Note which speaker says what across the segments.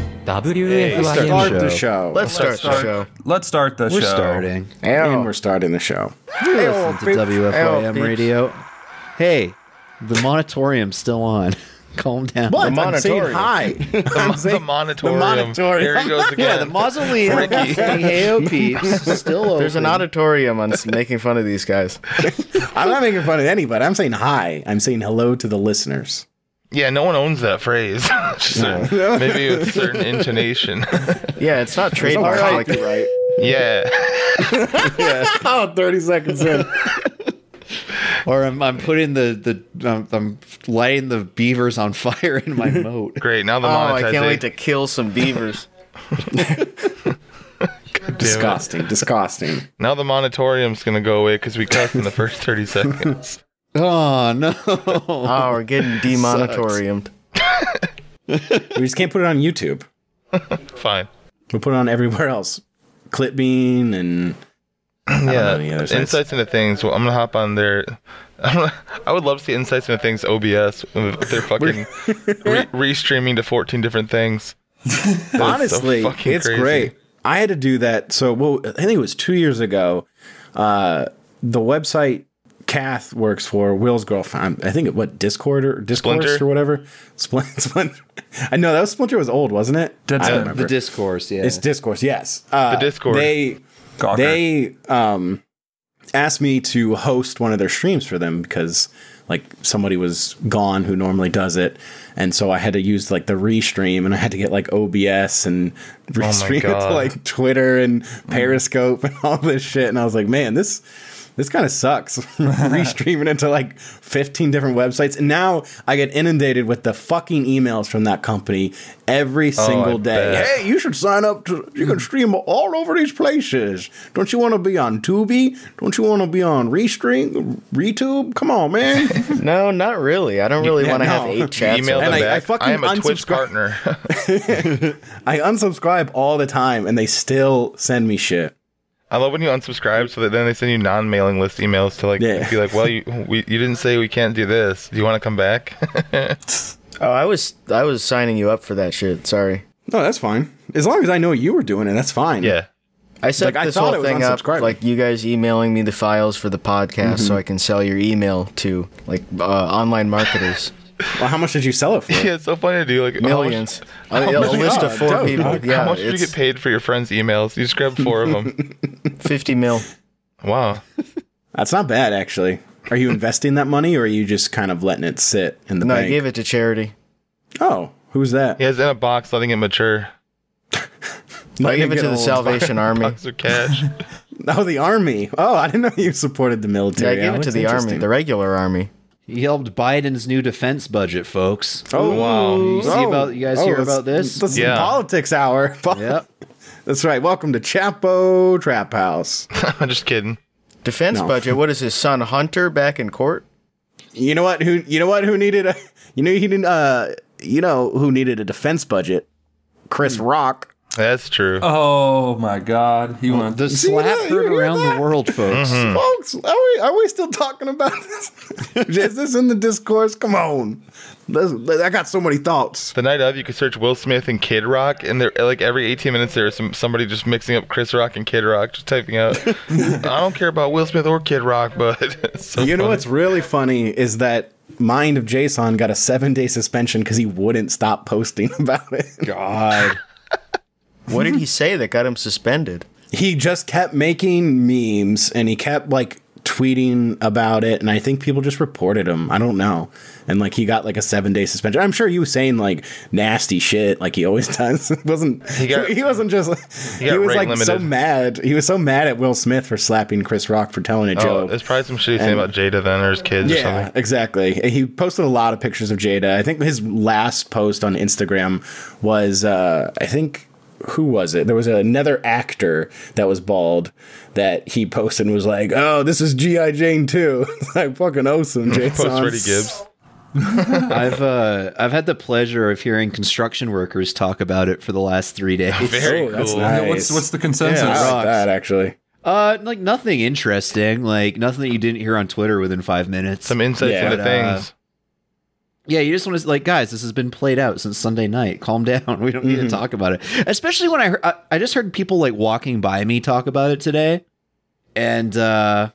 Speaker 1: Hey,
Speaker 2: WFYN
Speaker 1: start
Speaker 2: show.
Speaker 1: the show.
Speaker 3: Let's start the show.
Speaker 4: Let's start the
Speaker 2: We're
Speaker 4: show.
Speaker 2: starting.
Speaker 1: And we're starting the show.
Speaker 2: You listen to WFYM radio. Hey, the monitorium's still on. Calm down.
Speaker 1: What? I'm saying
Speaker 3: monitorium.
Speaker 1: hi. I'm
Speaker 5: The
Speaker 1: saying-
Speaker 5: monitorium.
Speaker 1: The monitorium.
Speaker 5: There he goes
Speaker 2: Yeah,
Speaker 5: again.
Speaker 2: the mausoleum.
Speaker 5: Ricky.
Speaker 2: hey, oh, peeps, still open.
Speaker 3: There's an auditorium on s- making fun of these guys.
Speaker 1: I'm not making fun of anybody. I'm saying hi. I'm saying hello to the listeners.
Speaker 5: yeah, no one owns that phrase. Just a- maybe with a certain intonation.
Speaker 3: Yeah, it's not trademark.
Speaker 1: Alright.
Speaker 3: Like,
Speaker 5: yeah.
Speaker 1: Oh, 30 seconds in.
Speaker 2: Or I'm, I'm putting the the I'm, I'm lighting the beavers on fire in my moat.
Speaker 5: Great. Now the
Speaker 3: oh, I
Speaker 5: monetization.
Speaker 3: can't wait to kill some beavers.
Speaker 5: Damn it.
Speaker 1: disgusting. Disgusting.
Speaker 5: Now the monitorium's gonna go away because we cussed in the first thirty seconds.
Speaker 2: Oh no!
Speaker 3: Oh, we're getting demonitoriumed.
Speaker 1: We just can't put it on YouTube.
Speaker 5: Fine.
Speaker 1: We'll put it on everywhere else. Clipbean and know
Speaker 5: Yeah.
Speaker 1: the other sites.
Speaker 5: Insights into things. Well, I'm gonna hop on there. I'm gonna, I would love to see insights into things OBS. If they're fucking re- restreaming to 14 different things.
Speaker 1: honestly,
Speaker 5: fucking
Speaker 1: it's
Speaker 5: crazy.
Speaker 1: great. I had to do that. So, well, I think it was two years ago. Uh, the website Kath works for Will's girlfriend. I think it what Discord or Discourse
Speaker 5: Splinter?
Speaker 1: or whatever. Splinter. Splinter. I know that was Splinter was old, wasn't it?
Speaker 4: That's
Speaker 1: I
Speaker 4: it.
Speaker 1: don't
Speaker 4: The
Speaker 1: remember.
Speaker 2: the discourse, yeah.
Speaker 1: it's Discourse. Yes. Uh,
Speaker 5: The Discord.
Speaker 1: They
Speaker 4: Gawker.
Speaker 1: they um asked me to host one of their streams for them because like somebody was gone who normally does it and so i had to use like the restream and i had to get like obs and restream it to
Speaker 5: God.
Speaker 1: like twitter and periscope and all this shit and i was like man this this kind of sucks restreaming it to like 15 different websites and now i get inundated with the fucking emails from that company every single day
Speaker 5: Oh, bet.
Speaker 1: hey you should sign up to you can stream all over these places don't you want to be on tubi don't you want to be on restream retube come on man
Speaker 3: No, not really. I don't really
Speaker 1: Yeah,
Speaker 3: want to
Speaker 1: no.
Speaker 3: have eight
Speaker 5: You
Speaker 3: chats.
Speaker 5: email
Speaker 3: open.
Speaker 5: them
Speaker 1: And I-
Speaker 5: back.
Speaker 1: I
Speaker 5: I,
Speaker 1: fucking
Speaker 5: am a Twitch
Speaker 1: unsubscribe-
Speaker 5: partner.
Speaker 1: i unsubscribe all the time and they still send me shit
Speaker 5: I love when you unsubscribe, so that then they send you non-mailing list emails to like
Speaker 1: Yeah.
Speaker 5: be like, "Well, you we, you didn't say we can't do this. Do you want to come back?"
Speaker 3: Oh, I was I was signing you up for that shit. Sorry.
Speaker 1: no that's fine as long as i know you were doing it that's fine
Speaker 5: yeah,
Speaker 3: I set
Speaker 1: Like, I
Speaker 3: this
Speaker 1: thought it
Speaker 3: whole
Speaker 1: was
Speaker 3: thing up
Speaker 1: unsubscribing.
Speaker 3: like you guys emailing me the files for the podcast so I can sell your email to like uh, online marketers.
Speaker 1: well how much did you sell it for
Speaker 5: yeah, it's so funny to do like how much-
Speaker 3: Millions. A- a list of
Speaker 1: God,
Speaker 3: four
Speaker 1: dope.
Speaker 3: people. Yeah,
Speaker 5: How much do you
Speaker 3: it's
Speaker 5: get paid for your friends' emails? You just grab four of them.
Speaker 3: 50 mil.
Speaker 5: wow.
Speaker 1: That's not bad, actually. Are you investing that money, or are you just kind of letting it sit in the
Speaker 3: No,
Speaker 1: bank?
Speaker 3: I gave it to charity.
Speaker 1: oh, who's that?
Speaker 5: Yeah, it's in a box, letting it mature.
Speaker 3: I gave it to the Salvation Army.
Speaker 5: Box of cash.
Speaker 1: Oh, the army. Oh, I didn't know you supported the
Speaker 3: Yeah,
Speaker 1: military.
Speaker 3: I gave
Speaker 1: Oh,
Speaker 3: it to
Speaker 1: that's
Speaker 3: the army,
Speaker 1: interesting.
Speaker 3: the regular army.
Speaker 2: he helped Biden's new defense budget, folks.
Speaker 1: oh,
Speaker 5: Wow.
Speaker 2: You see
Speaker 1: Oh.
Speaker 2: about you guys
Speaker 1: Oh,
Speaker 2: hear
Speaker 1: that's-
Speaker 2: about this?
Speaker 1: That's the
Speaker 5: Yeah.
Speaker 1: politics hour.
Speaker 2: yep.
Speaker 1: That's right. Welcome to Chapo Trap House.
Speaker 5: I'm just kidding.
Speaker 3: Defense
Speaker 1: No.
Speaker 3: budget. What is his son Hunter back in court?
Speaker 1: You know what? Who? You know what? Who needed? A, you know he didn't. Uh, you know who needed a defense budget? Chris
Speaker 3: Hmm.
Speaker 1: Rock.
Speaker 5: That's true.
Speaker 4: Oh my God! He
Speaker 1: Oh,
Speaker 4: went.
Speaker 2: The slap
Speaker 1: that? You
Speaker 2: heard
Speaker 1: hear
Speaker 2: around
Speaker 1: that?
Speaker 2: the world, folks.
Speaker 1: Folks, are we are we still talking about this? Is this in the discourse? Come on, Let's- I got so many thoughts.
Speaker 5: the night of, you could search Will Smith and Kid Rock, and there, like every 18 minutes, there's some somebody just mixing up Chris Rock and Kid Rock, just typing out. I don't care about Will Smith or Kid Rock, but it's so
Speaker 1: You know
Speaker 5: funny.
Speaker 1: what's really funny is that Mind of Jason got a seven day suspension because he wouldn't stop posting about it.
Speaker 2: God.
Speaker 3: What did he say that got him suspended?
Speaker 1: He just kept making memes and he kept like tweeting about it, and I think people just reported him. I don't know, and like he got like a seven day suspension. I'm sure he was saying like nasty shit, like he always does. It wasn't he,
Speaker 5: got-
Speaker 1: wasn't just he,
Speaker 5: got
Speaker 1: was
Speaker 5: rate
Speaker 1: like so
Speaker 5: limited.
Speaker 1: mad. He was so mad at Will Smith for slapping Chris Rock for telling a
Speaker 5: Oh,
Speaker 1: joke.
Speaker 5: there's probably some shitty thing
Speaker 1: And-
Speaker 5: about Jada then or his kids or
Speaker 1: Yeah,
Speaker 5: something.
Speaker 1: exactly. He posted a lot of pictures of Jada. I think his last post on Instagram was, uh, I think, who was it? There was another actor that was bald that he posted and was like, "Oh, this is GI Jane too." It's like fucking awesome, Jason.
Speaker 5: Post Freddie Gibbs.
Speaker 2: I've uh, I've had the pleasure of hearing construction workers talk about it for the last three days.
Speaker 5: Very
Speaker 1: Oh, that's
Speaker 5: cool.
Speaker 1: nice.
Speaker 4: What's what's the consensus?
Speaker 1: Yeah, I like
Speaker 2: Rocks.
Speaker 1: that actually.
Speaker 2: Uh, like nothing interesting, like nothing that you didn't hear on Twitter within five minutes.
Speaker 5: Some insights
Speaker 1: Yeah.
Speaker 5: into
Speaker 2: But, uh,
Speaker 5: things.
Speaker 2: Yeah, you just want to like, guys. This has been played out since Sunday night. Calm down. We don't need to talk about it. Especially when I, heard, I I just heard people like walking by me talk about it today, and uh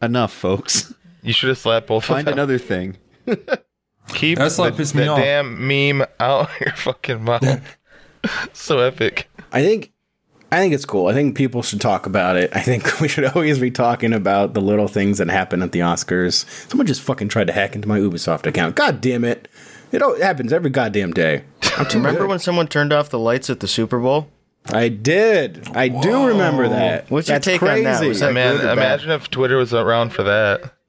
Speaker 2: enough, folks.
Speaker 5: You should have slapped both
Speaker 2: Find
Speaker 5: of them.
Speaker 2: another thing.
Speaker 5: Keep
Speaker 4: That's like
Speaker 5: the-
Speaker 4: pissed me
Speaker 5: that
Speaker 4: off.
Speaker 5: damn meme out of your fucking mouth. so epic.
Speaker 1: I think I think it's cool. I think people should talk about it. I think we should always be talking about the little things that happen at the Oscars. Someone just fucking tried to hack into my Ubisoft account. God damn it. It all it happens every goddamn day.
Speaker 3: Remember when someone turned off the lights at the Super Bowl?
Speaker 1: I did. I do remember that.
Speaker 3: What's your
Speaker 1: That's
Speaker 3: take on that? Was that-
Speaker 5: Man,
Speaker 3: good or bad?
Speaker 5: imagine if Twitter was around for that.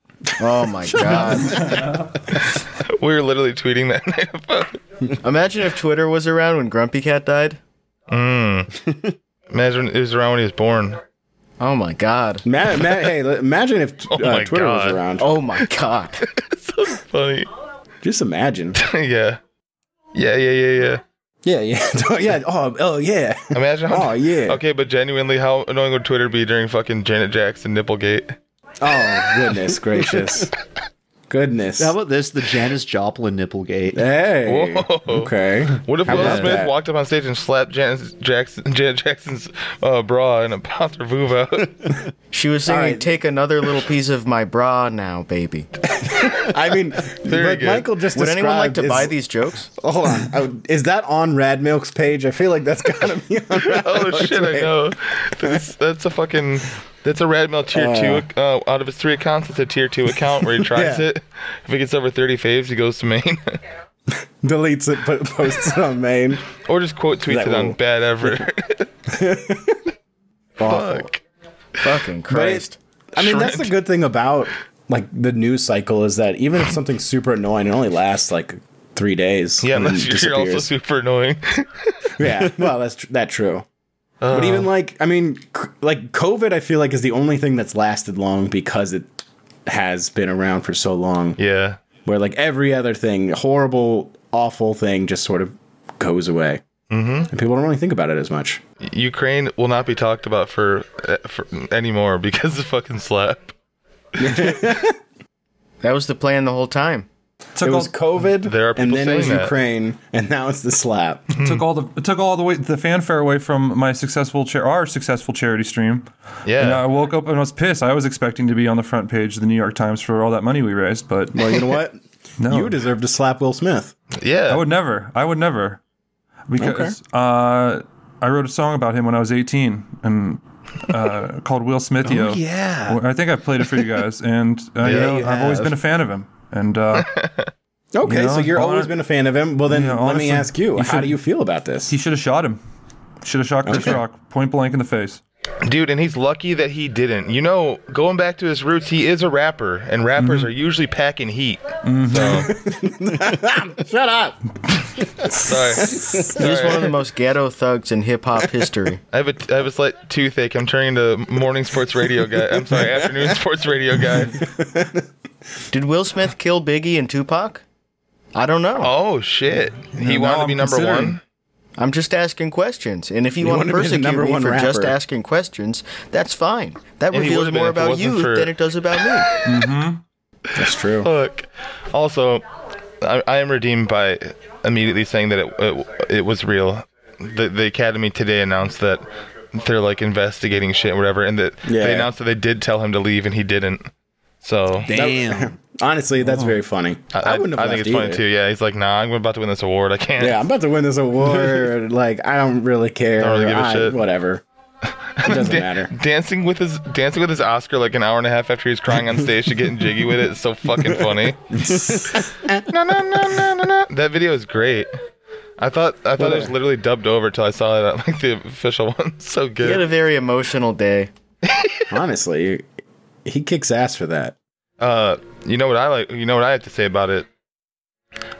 Speaker 3: Oh my god!
Speaker 5: We were literally tweeting that night about it.
Speaker 3: Imagine if Twitter was around when Grumpy Cat died.
Speaker 5: Imagine it was around when he was born.
Speaker 3: Oh my god!
Speaker 1: Ma- ma- hey, li- imagine if uh,
Speaker 5: Oh my
Speaker 1: Twitter was
Speaker 5: God.
Speaker 1: around.
Speaker 3: Oh my god!
Speaker 5: So funny.
Speaker 1: Just imagine.
Speaker 5: yeah. Yeah, yeah, yeah, yeah.
Speaker 1: Yeah, yeah, yeah. Oh, oh, yeah.
Speaker 5: Imagine how.
Speaker 1: Oh, yeah.
Speaker 5: Okay, but genuinely, how annoying would Twitter be during fucking Janet Jackson Nipplegate?
Speaker 1: Oh, goodness gracious. Goodness.
Speaker 2: How about this? The Janice Joplin nipplegate.
Speaker 1: Hey.
Speaker 5: Whoa.
Speaker 1: Okay.
Speaker 5: What if
Speaker 1: How
Speaker 5: Will
Speaker 1: about
Speaker 5: Smith
Speaker 1: that?
Speaker 5: walked up on stage and slapped Janet Jackson, Janet Jackson's uh, bra and a popped her boob out?
Speaker 3: She was singing,
Speaker 1: right.
Speaker 3: "Take another little piece of my bra now, baby."
Speaker 1: I mean, but
Speaker 5: good.
Speaker 1: Michael just
Speaker 3: Would anyone like
Speaker 1: described
Speaker 3: to
Speaker 1: is-
Speaker 3: buy these jokes?
Speaker 1: Hold on, Oh, is that on Rad Milk's page? I feel like that's gotta be on. Rad
Speaker 5: oh
Speaker 1: Milk's
Speaker 5: shit! I
Speaker 1: page.
Speaker 5: know. That's, that's a fucking. That's a Radmill tier two. Uh, out of his three accounts, it's a tier two account where he tries
Speaker 1: Yeah.
Speaker 5: it. If he gets over thirty faves, he goes to Maine,
Speaker 1: Deletes it, put, posts it on main.
Speaker 5: or just quote tweets
Speaker 1: That
Speaker 5: it on
Speaker 1: will-
Speaker 5: bad effort.
Speaker 3: Awful.
Speaker 5: Fuck.
Speaker 3: Oh, Fucking Christ!
Speaker 1: I mean, that's the good thing about like the news cycle is that even if something's super annoying, it only lasts like three days.
Speaker 5: Yeah,
Speaker 1: and then
Speaker 5: unless you're also
Speaker 1: disappears.
Speaker 5: super annoying.
Speaker 1: yeah. Well, that's tr- that true. but
Speaker 5: Uh.
Speaker 1: even like, I mean, c- like COVID, I feel like is the only thing that's lasted long because it has been around for so long.
Speaker 5: Yeah.
Speaker 1: where like every other thing, horrible, awful thing, just sort of goes away, mm-hmm. and people don't really think about it as much.
Speaker 5: Ukraine will not be talked about for, uh, for anymore because of fucking slap.
Speaker 3: That was the plan the whole time.
Speaker 4: Took
Speaker 1: It was
Speaker 4: all,
Speaker 1: COVID,
Speaker 5: There are
Speaker 1: and
Speaker 5: people
Speaker 1: then it was
Speaker 5: saying that.
Speaker 1: Ukraine, and now it's the slap.
Speaker 4: took all the it took all the way the fanfare away from my successful cha- our successful charity stream.
Speaker 5: Yeah.
Speaker 4: And I woke up and was pissed. I was expecting to be on the front page of the New York Times for all that money we raised, but
Speaker 1: well, you know what?
Speaker 4: No.
Speaker 1: You deserve to slap Will Smith.
Speaker 5: yeah.
Speaker 4: I would never. I would never. Because uh, I wrote a song about him when I was 18 and uh, called Will Smithio.
Speaker 1: Oh, yeah.
Speaker 4: Well, I think I played it for you guys, and uh, you
Speaker 5: Yeah,
Speaker 4: know,
Speaker 1: you
Speaker 4: I've always
Speaker 1: have.
Speaker 4: been a fan of him. And uh,
Speaker 1: Okay,
Speaker 4: You know,
Speaker 1: so you're
Speaker 4: hon-
Speaker 1: always been a fan of him. Well, then
Speaker 4: Yeah,
Speaker 1: let me
Speaker 4: honestly,
Speaker 1: ask you,
Speaker 4: you
Speaker 1: how do
Speaker 4: should-
Speaker 1: you feel about this?
Speaker 4: he should have shot him. Should have shot Chris Rock point blank in the face.
Speaker 5: Dude, and he's lucky that he didn't. You know, going back to his roots, he is a rapper, and rappers
Speaker 4: Mm-hmm.
Speaker 5: are usually packing heat. So,
Speaker 4: Mm-hmm.
Speaker 1: Shut up.
Speaker 5: sorry.
Speaker 3: He's one of the most ghetto thugs in hip hop history.
Speaker 5: I have, a, I have a slight toothache. I'm turning into morning sports radio guy. I'm sorry, afternoon sports radio guy.
Speaker 3: Did Will Smith kill Biggie and Tupac? I don't know.
Speaker 5: Oh, shit. He
Speaker 4: now
Speaker 5: wanted to
Speaker 4: I'm
Speaker 5: be number
Speaker 4: considering.
Speaker 5: one?
Speaker 3: I'm just asking questions, and if you, want
Speaker 1: wanna
Speaker 3: to
Speaker 1: be the
Speaker 3: persecute
Speaker 1: number
Speaker 3: me
Speaker 1: one
Speaker 3: for just
Speaker 1: rapper.
Speaker 3: asking questions, that's fine. That
Speaker 5: And he
Speaker 3: reveals
Speaker 5: would've been
Speaker 3: more
Speaker 5: if it
Speaker 3: about
Speaker 5: wasn't
Speaker 3: you
Speaker 5: for-
Speaker 3: than it does about me.
Speaker 1: That's true.
Speaker 5: Look. Also, I, I am redeemed by immediately saying that it it, it was real. The, the Academy today announced that they're like investigating shit and whatever, and that
Speaker 1: Yeah.
Speaker 5: they announced that they did tell him to leave and he didn't. So
Speaker 2: Damn.
Speaker 1: Honestly,
Speaker 4: Oh.
Speaker 1: that's very funny. I, wouldn't have
Speaker 5: I think
Speaker 1: left
Speaker 5: it's funny
Speaker 1: either.
Speaker 5: too. Yeah, he's like, nah, I'm about to win this award. I can't.
Speaker 1: Yeah, I'm about to win this award. like, I don't really care.
Speaker 5: Don't really give a
Speaker 1: I-
Speaker 5: shit.
Speaker 1: Whatever. It doesn't
Speaker 5: Dan-
Speaker 1: matter.
Speaker 5: Dancing with his dancing with his Oscar like an hour and a half after he's crying on stage and getting jiggy with it is so fucking funny. no, no, no, no, no, no. That video is great. I thought I thought it was literally dubbed over till I saw it at like the official one. So
Speaker 3: He
Speaker 5: good.
Speaker 3: had a very emotional day.
Speaker 1: Honestly, he kicks ass for that.
Speaker 5: Uh, you know what I like? You know what I have to say about it?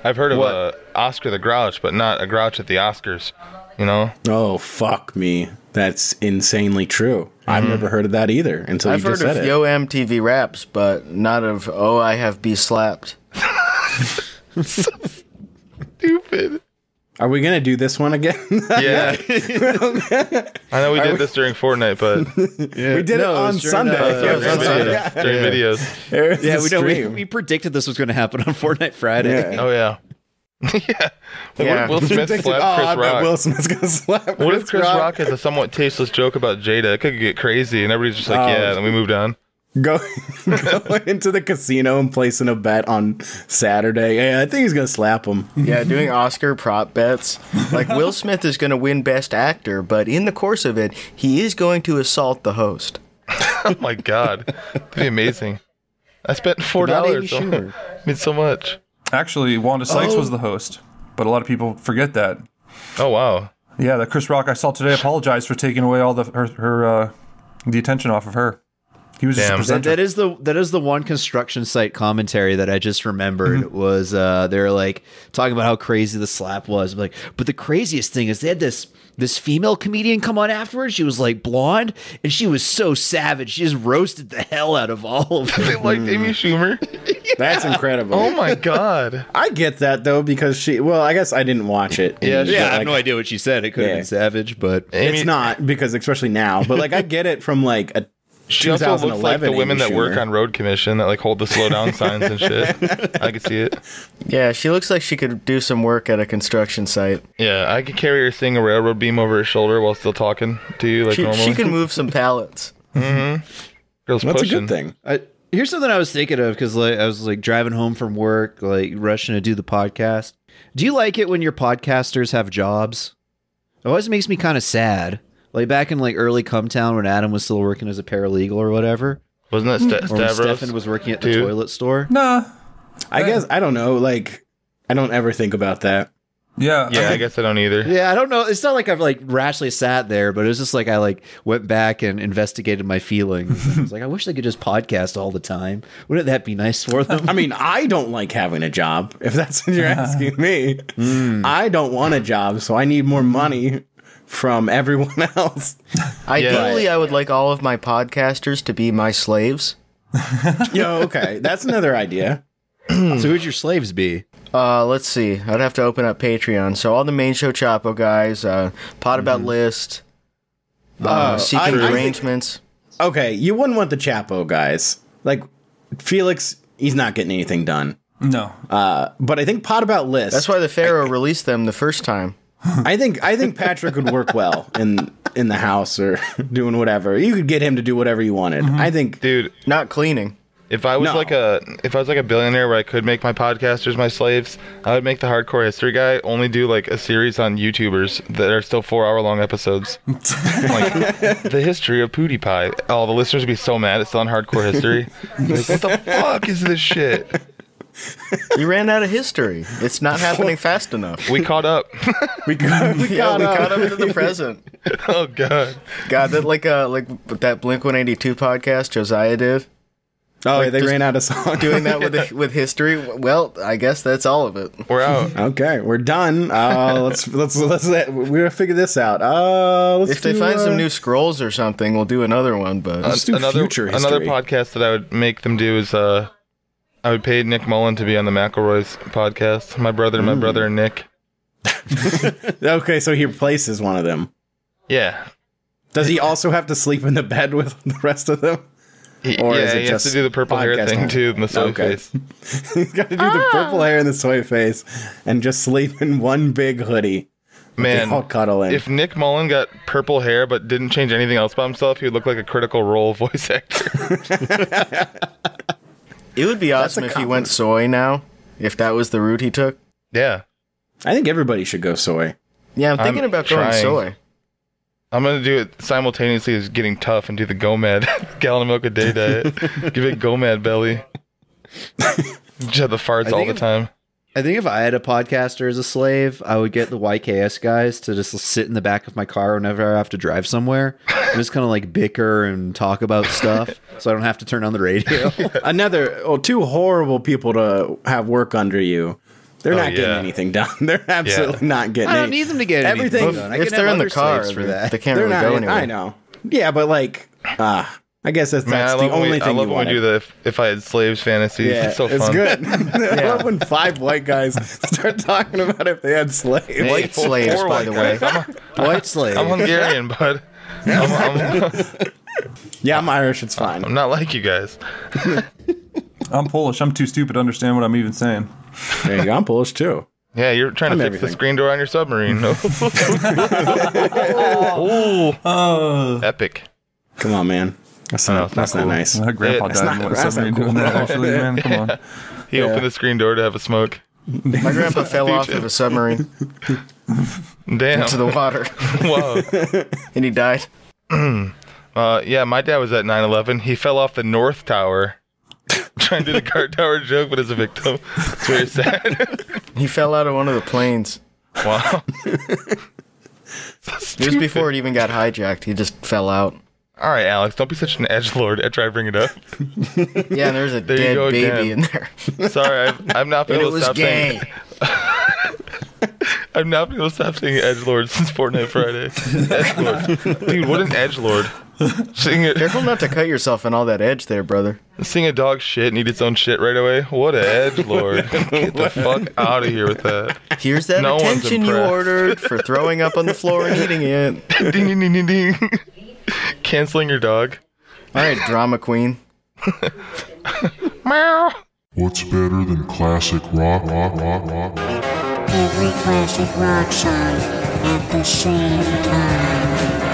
Speaker 5: I've heard of
Speaker 3: What?
Speaker 5: uh, Oscar the Grouch, but not a Grouch at the Oscars. You know?
Speaker 1: Oh fuck me. That's insanely true. I've
Speaker 4: Mm-hmm.
Speaker 1: never heard of that either until
Speaker 3: I've
Speaker 1: you
Speaker 3: heard
Speaker 1: just
Speaker 3: of
Speaker 1: said it.
Speaker 3: Yo MTV Raps, but not of Oh I Have Be Slapped.
Speaker 5: Stupid.
Speaker 1: Are we gonna do this one again?
Speaker 5: Yeah. I know we did this during Fortnite, but
Speaker 1: we did
Speaker 2: No,
Speaker 1: it on
Speaker 2: it's during,
Speaker 1: Sunday.
Speaker 2: uh,
Speaker 5: yeah,
Speaker 2: Yeah,
Speaker 5: during
Speaker 2: that's right.
Speaker 5: videos. During videos.
Speaker 2: Yeah, we know we, we predicted this was going to happen on Fortnite Friday.
Speaker 1: Yeah.
Speaker 5: Oh yeah. yeah. Like,
Speaker 3: Yeah.
Speaker 5: What if Will Smith slapped
Speaker 1: oh, I
Speaker 5: Chris
Speaker 1: bet
Speaker 5: Rock?
Speaker 1: Will Smith's gonna slap.
Speaker 5: what if Chris Rock? has a somewhat tasteless joke about Jada? It could get crazy, and everybody's just like,
Speaker 1: Oh.
Speaker 5: "Yeah," and we moved on.
Speaker 1: go, go into the casino and placing a bet on Saturday? Yeah, I think he's gonna slap him.
Speaker 3: Yeah, doing Oscar prop bets. Like Will Smith is going to win Best Actor, but in the course of it, he is going to assault the host.
Speaker 5: Oh my god, that'd be amazing. I spent four
Speaker 3: About Amy
Speaker 5: dollars. on- means so much.
Speaker 4: Actually, Wanda Sykes was the host, but a lot of people forget that.
Speaker 5: Oh wow.
Speaker 4: Yeah, that Chris Rock I saw today apologized for taking away all the her, her uh, the attention off of her. He was just a
Speaker 5: Damn.
Speaker 2: That,
Speaker 4: presenter.
Speaker 2: that is the that is the one construction site commentary that I just remembered was uh, they're like talking about how crazy the slap was. Like, but the craziest thing is they had this this female comedian come on afterwards. She was like blonde and she was so savage. She just roasted the hell out of all of
Speaker 5: They
Speaker 2: them.
Speaker 5: liked Amy Schumer.
Speaker 1: That's incredible.
Speaker 5: Oh my god.
Speaker 1: I get that though because she. Well, I guess I didn't watch it.
Speaker 5: Yeah,
Speaker 1: But,
Speaker 5: yeah,
Speaker 1: like,
Speaker 2: idea what she said. It could
Speaker 1: Yeah.
Speaker 2: savage, but
Speaker 5: Amy,
Speaker 1: it's not because especially now. But like I get it from like a.
Speaker 5: She also looks like
Speaker 1: 2011
Speaker 5: the women
Speaker 1: Amy
Speaker 5: that work
Speaker 1: Schumer.
Speaker 5: on road commission that like hold the slow down signs and shit. I could see it.
Speaker 3: Yeah, she looks like she could do some work at a construction site.
Speaker 5: Yeah, I could carry her seeing a railroad beam over her shoulder while still talking to you like
Speaker 3: She,
Speaker 5: normally.
Speaker 3: she can move some pallets.
Speaker 5: Girls
Speaker 1: That's
Speaker 5: pushing.
Speaker 1: a good thing.
Speaker 2: I, here's something I was thinking of because like I was like driving home from work, like rushing to do the podcast. Do you like it when your podcasters have jobs? It always makes me kind of sad. Like back in like early Cumtown when Adam was still working as a paralegal or whatever,
Speaker 5: Wasn't that St-
Speaker 2: Mm. or when
Speaker 5: Stavros?
Speaker 2: Stefan was working at the
Speaker 5: Dude.
Speaker 2: toilet store.
Speaker 4: nah.
Speaker 1: I guess I don't know. Like I don't ever think about that.
Speaker 4: Yeah.
Speaker 5: yeah, I
Speaker 4: think-
Speaker 5: guess I don't either.
Speaker 2: Yeah, I don't know. It's not like I've like rashly sat there, but it was just like I like went back and investigated my feelings. And I was like, I wish they could just podcast all the time. Wouldn't that be nice for them?
Speaker 1: I mean, I don't like having a job. If that's what you're asking me, I don't want a job, so I need more money from everyone else.
Speaker 3: Ideally, I would like all of my podcasters to be my slaves.
Speaker 1: Yo, okay, that's another idea.
Speaker 2: so who'd your slaves be?
Speaker 3: Uh, let's see. I'd have to open up Patreon. So all the main show Chapo guys, uh, Pot About List, uh, Secret
Speaker 1: Mm-hmm. I- I think-
Speaker 3: Arrangements.
Speaker 1: Okay, you wouldn't want the Chapo guys. Like Felix, he's not getting anything done. Uh,
Speaker 4: no.
Speaker 1: But I think Pot About List.
Speaker 3: That's why the Pharaoh released them the first time.
Speaker 1: I think I think Patrick would work well in in the house or doing whatever. You could get him to do whatever you wanted. I think
Speaker 5: Dude,
Speaker 3: Not cleaning.
Speaker 5: if I was
Speaker 1: No.
Speaker 5: like a if I was like a billionaire where I could make my podcasters my slaves, I would make the hardcore history guy only do like a series on YouTubers that are still four hour long episodes. like the history of PewDiePie. All the listeners would be so mad it's still on hardcore history. like, what the fuck is this shit?
Speaker 3: You ran out of history. It's not happening fast enough.
Speaker 5: We caught up.
Speaker 1: we got we
Speaker 3: Yeah,
Speaker 1: got, uh,
Speaker 3: we
Speaker 1: up.
Speaker 3: caught up to the present.
Speaker 5: oh god.
Speaker 3: God, that like uh like that Blink One Eighty Two podcast Josiah did
Speaker 1: Oh, yeah, they
Speaker 3: just
Speaker 1: ran out of song.
Speaker 3: doing that with with history. Well, I guess that's all of it.
Speaker 5: We're out.
Speaker 1: Okay, we're done. Uh, let's let's let's let, we're gonna figure this out. Uh, let's
Speaker 3: If they
Speaker 1: do,
Speaker 3: find
Speaker 1: uh,
Speaker 3: some new scrolls or something, we'll do another one. But
Speaker 1: Let's do
Speaker 5: another
Speaker 1: future
Speaker 5: another
Speaker 1: history.
Speaker 5: podcast that I would make them do is uh, I would pay Nick Mullen to be on the McElroy's podcast. My brother, my brother, and Nick.
Speaker 1: Okay, so he replaces one of them.
Speaker 5: Yeah,
Speaker 1: Does he also have to sleep in the bed with the rest of them?
Speaker 5: He-
Speaker 1: Or
Speaker 5: yeah,
Speaker 1: is it
Speaker 5: he has to
Speaker 1: just
Speaker 5: do the purple hair
Speaker 1: podcast
Speaker 5: thing
Speaker 1: only?
Speaker 5: too, and the soy
Speaker 1: Okay.
Speaker 5: face.
Speaker 1: He's got to do
Speaker 2: Ah.
Speaker 1: the purple hair and the soy face, and just sleep in one big hoodie.
Speaker 5: Man,
Speaker 1: They all cuddle in.
Speaker 5: if Nick Mullen got purple hair but didn't change anything else about himself, he would look like a Critical Role voice actor.
Speaker 3: it would be awesome if he went soy now. If that was the route he took.
Speaker 5: yeah,
Speaker 1: I think everybody should go soy.
Speaker 3: Yeah, I'm thinking
Speaker 5: I'm
Speaker 3: about
Speaker 5: trying.
Speaker 3: going soy.
Speaker 5: I'm gonna do it simultaneously as getting tough and do the GOMAD gallon of milk a day diet. Give it GOMAD belly. Just have the farts all
Speaker 2: think
Speaker 5: the
Speaker 2: if-
Speaker 5: time.
Speaker 2: I think if I had a podcaster as a slave, I would get the YKS guys to just sit in the back of my car whenever I have to drive somewhere and just kind of like bicker and talk about stuff so I don't have to turn on the radio.
Speaker 1: Another, oh, two horrible people to have work under you.
Speaker 3: Oh,
Speaker 1: They're not getting
Speaker 5: yeah.
Speaker 1: anything done. They're absolutely not getting.
Speaker 2: I don't
Speaker 1: any-
Speaker 2: need them to get
Speaker 1: Everything-
Speaker 2: anything done. I
Speaker 3: if
Speaker 2: can
Speaker 3: they're
Speaker 2: have
Speaker 3: in the
Speaker 2: other
Speaker 3: car,
Speaker 2: slaves for
Speaker 3: they-
Speaker 2: that.
Speaker 3: they can't
Speaker 1: They're
Speaker 3: really
Speaker 1: not.
Speaker 3: go anywhere.
Speaker 1: I know. Yeah, but like, ah, I guess that's,
Speaker 5: Man, I
Speaker 1: that's
Speaker 5: love
Speaker 1: the
Speaker 5: when
Speaker 1: only
Speaker 5: we, I
Speaker 1: thing
Speaker 5: love
Speaker 1: you
Speaker 5: when
Speaker 1: want.
Speaker 5: we do the if, if I had slaves fantasies.
Speaker 1: Yeah,
Speaker 5: it's so fun.
Speaker 1: good. I love when five white guys start talking about if they had slaves.
Speaker 3: White
Speaker 5: four
Speaker 3: slaves, by
Speaker 5: white
Speaker 3: the
Speaker 5: guys.
Speaker 3: way.
Speaker 5: I'm,
Speaker 2: White slave.
Speaker 5: I'm Hungarian, bud. I'm, I'm,
Speaker 1: Yeah, I'm Irish. It's fine.
Speaker 5: I'm not like you guys.
Speaker 4: I'm Polish. I'm too stupid to understand what I'm even saying.
Speaker 1: There you go. I'm Polish too.
Speaker 5: Yeah, you're trying to
Speaker 1: I'm
Speaker 5: fix
Speaker 1: everything.
Speaker 5: the screen door on your submarine.
Speaker 4: Oh,
Speaker 5: Epic.
Speaker 1: Come on, man. That's not, that's not nice.
Speaker 4: my grandpa
Speaker 5: Yeah, it's
Speaker 4: died.
Speaker 1: not-
Speaker 4: in what,
Speaker 1: that's not
Speaker 4: submarine
Speaker 1: cool.
Speaker 4: doing that, actually, man. Come on.
Speaker 5: He opened the screen door to have a smoke.
Speaker 3: My grandpa fell off of a submarine
Speaker 5: Damn.
Speaker 3: into the water
Speaker 5: Whoa.
Speaker 3: and he died.
Speaker 5: Uh, yeah, my dad was at 9 11. He fell off the North Tower. trying to do the guard tower joke, but as a victim. It's very sad.
Speaker 3: He fell out of one of the planes.
Speaker 5: wow.
Speaker 3: It was before it even got hijacked. He just fell out.
Speaker 5: All right, Alex, don't be such an edge lord. I try to bring it up.
Speaker 3: Yeah, and there's a
Speaker 5: you
Speaker 3: dead
Speaker 5: go
Speaker 3: baby
Speaker 5: again.
Speaker 3: in there.
Speaker 5: Sorry, I've, I've not been
Speaker 3: And it
Speaker 5: able to
Speaker 3: was
Speaker 5: stop
Speaker 3: gay.
Speaker 5: saying. I've not been able to stop saying edge lord since Fortnite Friday. Edge lord, dude, what an edge lord. Seeing it,
Speaker 3: Careful not to cut yourself in all that edge there, brother.
Speaker 5: seeing a dog shit and eat its own shit right away. What an edge lord. Get the fuck out of here with that.
Speaker 3: Here's that
Speaker 5: No one's
Speaker 3: attention you
Speaker 5: impressed.
Speaker 3: ordered for throwing up on the floor and eating it.
Speaker 5: ding ding ding ding ding. Canceling your dog.
Speaker 3: All right, drama queen.
Speaker 5: Meow.
Speaker 6: What's better than classic rock? rock, rock, rock, rock?
Speaker 7: every classic rock song at the same time.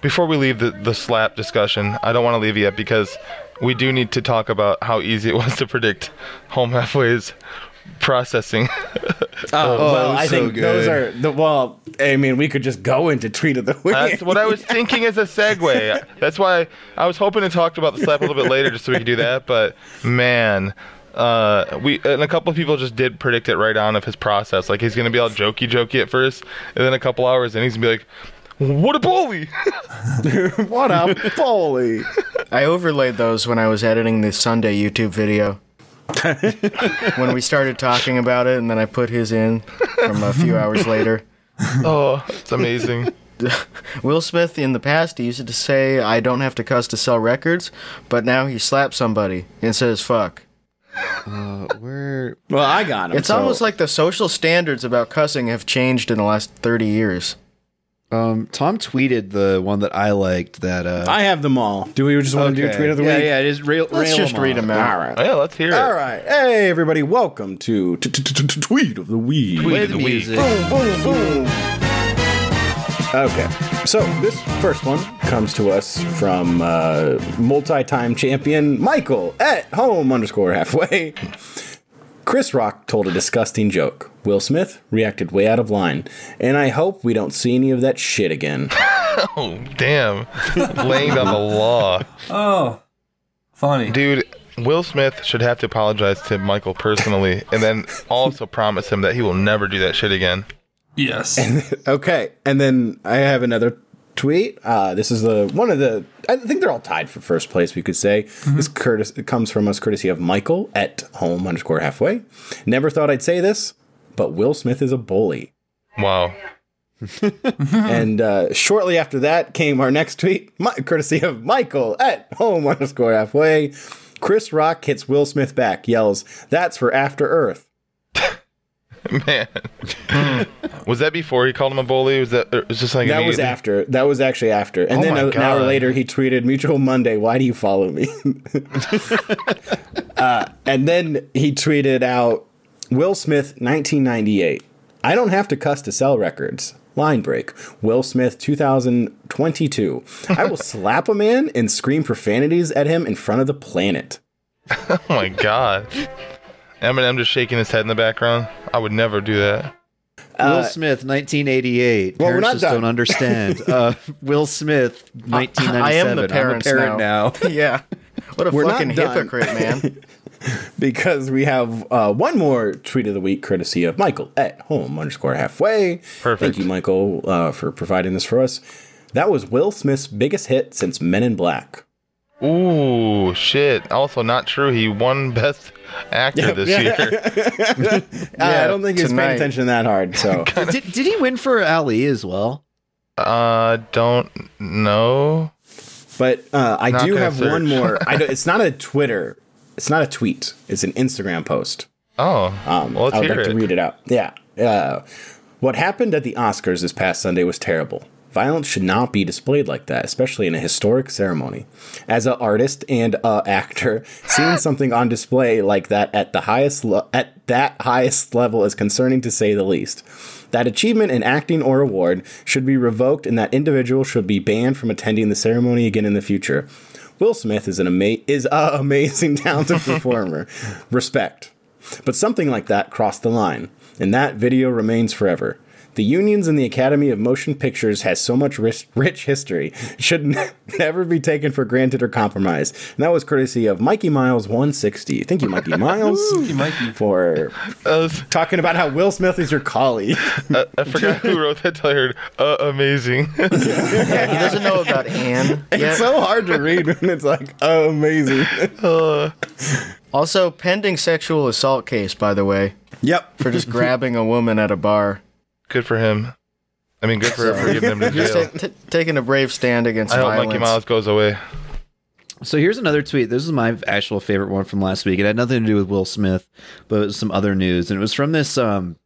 Speaker 5: Before we leave the, the slap discussion, I don't want to leave yet because we do need to talk about how easy it was to predict home halfway's processing.
Speaker 1: Oh, well, I
Speaker 2: so
Speaker 1: think those
Speaker 2: good.
Speaker 1: are the well. I mean, we could just go into tweet of the week.
Speaker 5: That's what I was thinking as a segue. That's why I was hoping to talk about the slap a little bit later, just so we could do that. But man, uh, we and a couple of people just did predict it right on of his process. Like he's gonna be all jokey jokey at first, and then a couple hours, and he's gonna be like, "What a bully!"
Speaker 1: what a bully!
Speaker 3: I overlaid those when I was editing the Sunday YouTube video. when we started talking about it, and then I put his in from a few hours later.
Speaker 5: oh, it's amazing.
Speaker 3: Will Smith in the past he used to say, "I don't have to cuss to sell records," but now he slaps somebody and says, "Fuck."
Speaker 2: Where
Speaker 1: Well, I got him.
Speaker 3: It's almost like the social standards about cussing have changed in the last thirty years.
Speaker 2: um Tom tweeted the one that I liked that uh
Speaker 1: I have them all. Do we just want to do
Speaker 2: Okay.
Speaker 1: tweet of the
Speaker 2: yeah,
Speaker 1: week?
Speaker 2: Yeah, just rail,
Speaker 3: Let's
Speaker 2: rail
Speaker 3: just
Speaker 2: them
Speaker 3: read
Speaker 2: off.
Speaker 3: them out.
Speaker 1: All right.
Speaker 5: Oh, yeah, let's hear it.
Speaker 1: All right. Hey, everybody. Welcome to t- t- t- t- tweet of the week.
Speaker 5: Tweet
Speaker 2: Play
Speaker 5: of
Speaker 2: the
Speaker 5: the week.
Speaker 2: music.
Speaker 1: Okay. So this first one comes to us from uh, multi-time champion Michael at home underscore halfway. Chris Rock told a disgusting joke. Will Smith reacted way out of line, and I hope we don't see any of that shit again.
Speaker 5: Oh, damn. Laying down the law.
Speaker 4: Oh, funny.
Speaker 5: Dude, Will Smith should have to apologize to Michael personally and then also promise him that he will never do that shit again.
Speaker 4: Yes.
Speaker 1: Okay, and then I have another tweet. Uh, this is the one of the. I think they're all tied for first place. We could say this Curtis it comes from us courtesy of Michael at home underscore halfway. Never thought I'd say this, but Will Smith is a bully.
Speaker 5: Wow.
Speaker 1: and uh, shortly after that came our next tweet, my, courtesy of Michael at home underscore halfway. Chris Rock hits Will Smith back, yells, "That's for After Earth."
Speaker 5: Man. was that before he called him a bully? Was that or was just like
Speaker 1: That was
Speaker 5: immediately-
Speaker 1: after. That was actually after. And
Speaker 5: Oh
Speaker 1: then
Speaker 5: my
Speaker 1: a- an hour
Speaker 5: God.
Speaker 1: later, he tweeted, "Mutual Monday, why do you follow me?" Uh, and then he tweeted out, "Will Smith, 1998. I don't have to cuss to sell records." Line break. Will Smith, 2022. I will slap a man and scream profanities at him in front of the planet.
Speaker 5: Oh my god. Eminem just shaking his head in the background. I would never do that. Uh,
Speaker 2: Will Smith, 1988.
Speaker 1: Uh, well, we're
Speaker 2: parents
Speaker 1: not
Speaker 2: just
Speaker 1: done.
Speaker 2: don't understand. Uh, Will Smith, 1997.
Speaker 3: I am the
Speaker 2: I'm a
Speaker 3: parents
Speaker 2: parent
Speaker 3: now. yeah. What a
Speaker 1: We're not
Speaker 3: fucking
Speaker 1: done.
Speaker 3: hypocrite, man.
Speaker 1: Because we have uh, one more tweet of the week, courtesy of Michael at home underscore halfway.
Speaker 5: Perfect.
Speaker 1: Thank you, Michael, uh, for providing this for us. That was Will Smith's biggest hit since Men in Black.
Speaker 5: Ooh, shit. Also, not true. He won Best Actor this year.
Speaker 1: Uh, I don't think he was
Speaker 3: tonight.
Speaker 1: paying attention that hard. So
Speaker 2: Did, did he win for Ali as well?
Speaker 5: Uh, don't know.
Speaker 1: But uh, I
Speaker 5: Not
Speaker 1: do
Speaker 5: gonna
Speaker 1: have one
Speaker 5: search.
Speaker 1: more. I do, it's not a Twitter. It's not a tweet. It's an Instagram post.
Speaker 5: Oh,
Speaker 1: Um,
Speaker 5: well, let's
Speaker 1: I would
Speaker 5: hear
Speaker 1: like
Speaker 5: it.
Speaker 1: to read it out. Yeah. Uh, what happened at the Oscars this past Sunday was terrible. Violence should not be displayed like that, especially in a historic ceremony. As an artist and a actor, seeing something on display like that at the highest le- at that highest level is concerning to say the least. That achievement in acting or award should be revoked, and that individual should be banned from attending the ceremony again in the future. Will Smith is an ama- is a amazing talented performer. Respect. But something like that crossed the line, and that video remains forever. The unions and the Academy of Motion Pictures has so much rich, rich history, it should ne- never be taken for granted or compromised. And that was courtesy of Mikey Miles 160. Thank you, Mikey Miles,
Speaker 4: He might be.
Speaker 1: for
Speaker 5: I, was-
Speaker 1: talking about how Will Smith is your colleague.
Speaker 5: I forgot who wrote that till I heard, uh, amazing.
Speaker 3: Yeah, he doesn't know about Anne. yet.
Speaker 1: It's so hard to read when it's like amazing.
Speaker 5: Uh,
Speaker 3: also, pending sexual assault case, by the way,
Speaker 1: Yep.
Speaker 3: for just grabbing a woman at a bar.
Speaker 5: good for him. I mean, good for her for giving him to
Speaker 3: Just
Speaker 5: jail.
Speaker 3: ta- ta- taking a brave stand against
Speaker 5: I hope
Speaker 3: violence.
Speaker 5: Mikey Miles goes away.
Speaker 2: So here's another tweet. This is my actual favorite one from last week. It had nothing to do with Will Smith, but it was some other news, and it was from this um,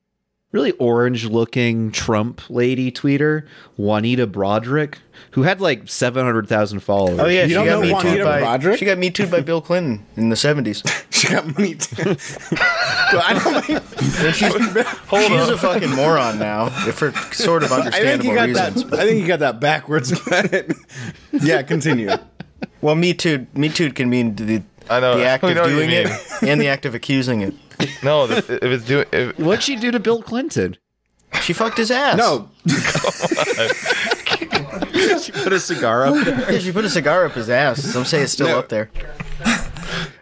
Speaker 2: really orange-looking Trump lady tweeter, Juanita Broderick, who had like 700,000 followers.
Speaker 3: Oh yeah,
Speaker 1: You
Speaker 3: she
Speaker 1: don't
Speaker 3: got
Speaker 1: know
Speaker 3: me
Speaker 1: Juanita
Speaker 3: too'd by,
Speaker 1: Broderick?
Speaker 3: She got me too'd by Bill Clinton in the seventies.
Speaker 1: She got me. too. but I don't think,
Speaker 3: Hold She's a fucking moron now, for sort of
Speaker 1: I think
Speaker 3: understandable
Speaker 1: you got
Speaker 3: reasons.
Speaker 1: that. I think you got that backwards. But yeah, continue.
Speaker 3: Well, me too. Me too can mean the,
Speaker 5: I know.
Speaker 3: the act
Speaker 5: We
Speaker 3: of
Speaker 5: know what you
Speaker 3: doing it
Speaker 5: mean.
Speaker 3: and the act of accusing it.
Speaker 5: No, th- if it's doing, if, oh
Speaker 2: What'd she do to Bill Clinton?
Speaker 3: She fucked his ass.
Speaker 1: No,
Speaker 2: She put a cigar up
Speaker 3: Yeah, she put a cigar up his ass. Some say it's still up there.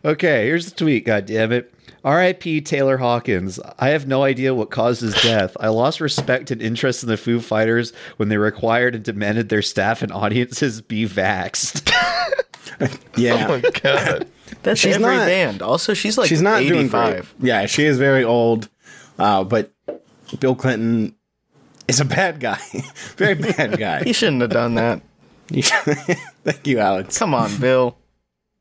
Speaker 2: Okay, here's the tweet. God damn it. R.I.P. Taylor Hawkins. I have no idea what caused his death. I lost respect and interest in the Foo Fighters when they required and demanded their staff and audiences be vaxxed.
Speaker 1: yeah.
Speaker 5: oh my god,
Speaker 3: That's
Speaker 1: She's
Speaker 3: every
Speaker 1: not-
Speaker 3: band. Also, she's like
Speaker 1: she's not doing
Speaker 3: 85.
Speaker 1: great. Yeah, she is very old. Uh, but Bill Clinton is a bad guy, very bad guy.
Speaker 3: He shouldn't have done that.
Speaker 1: Thank you, Alex.
Speaker 3: Come on, Bill.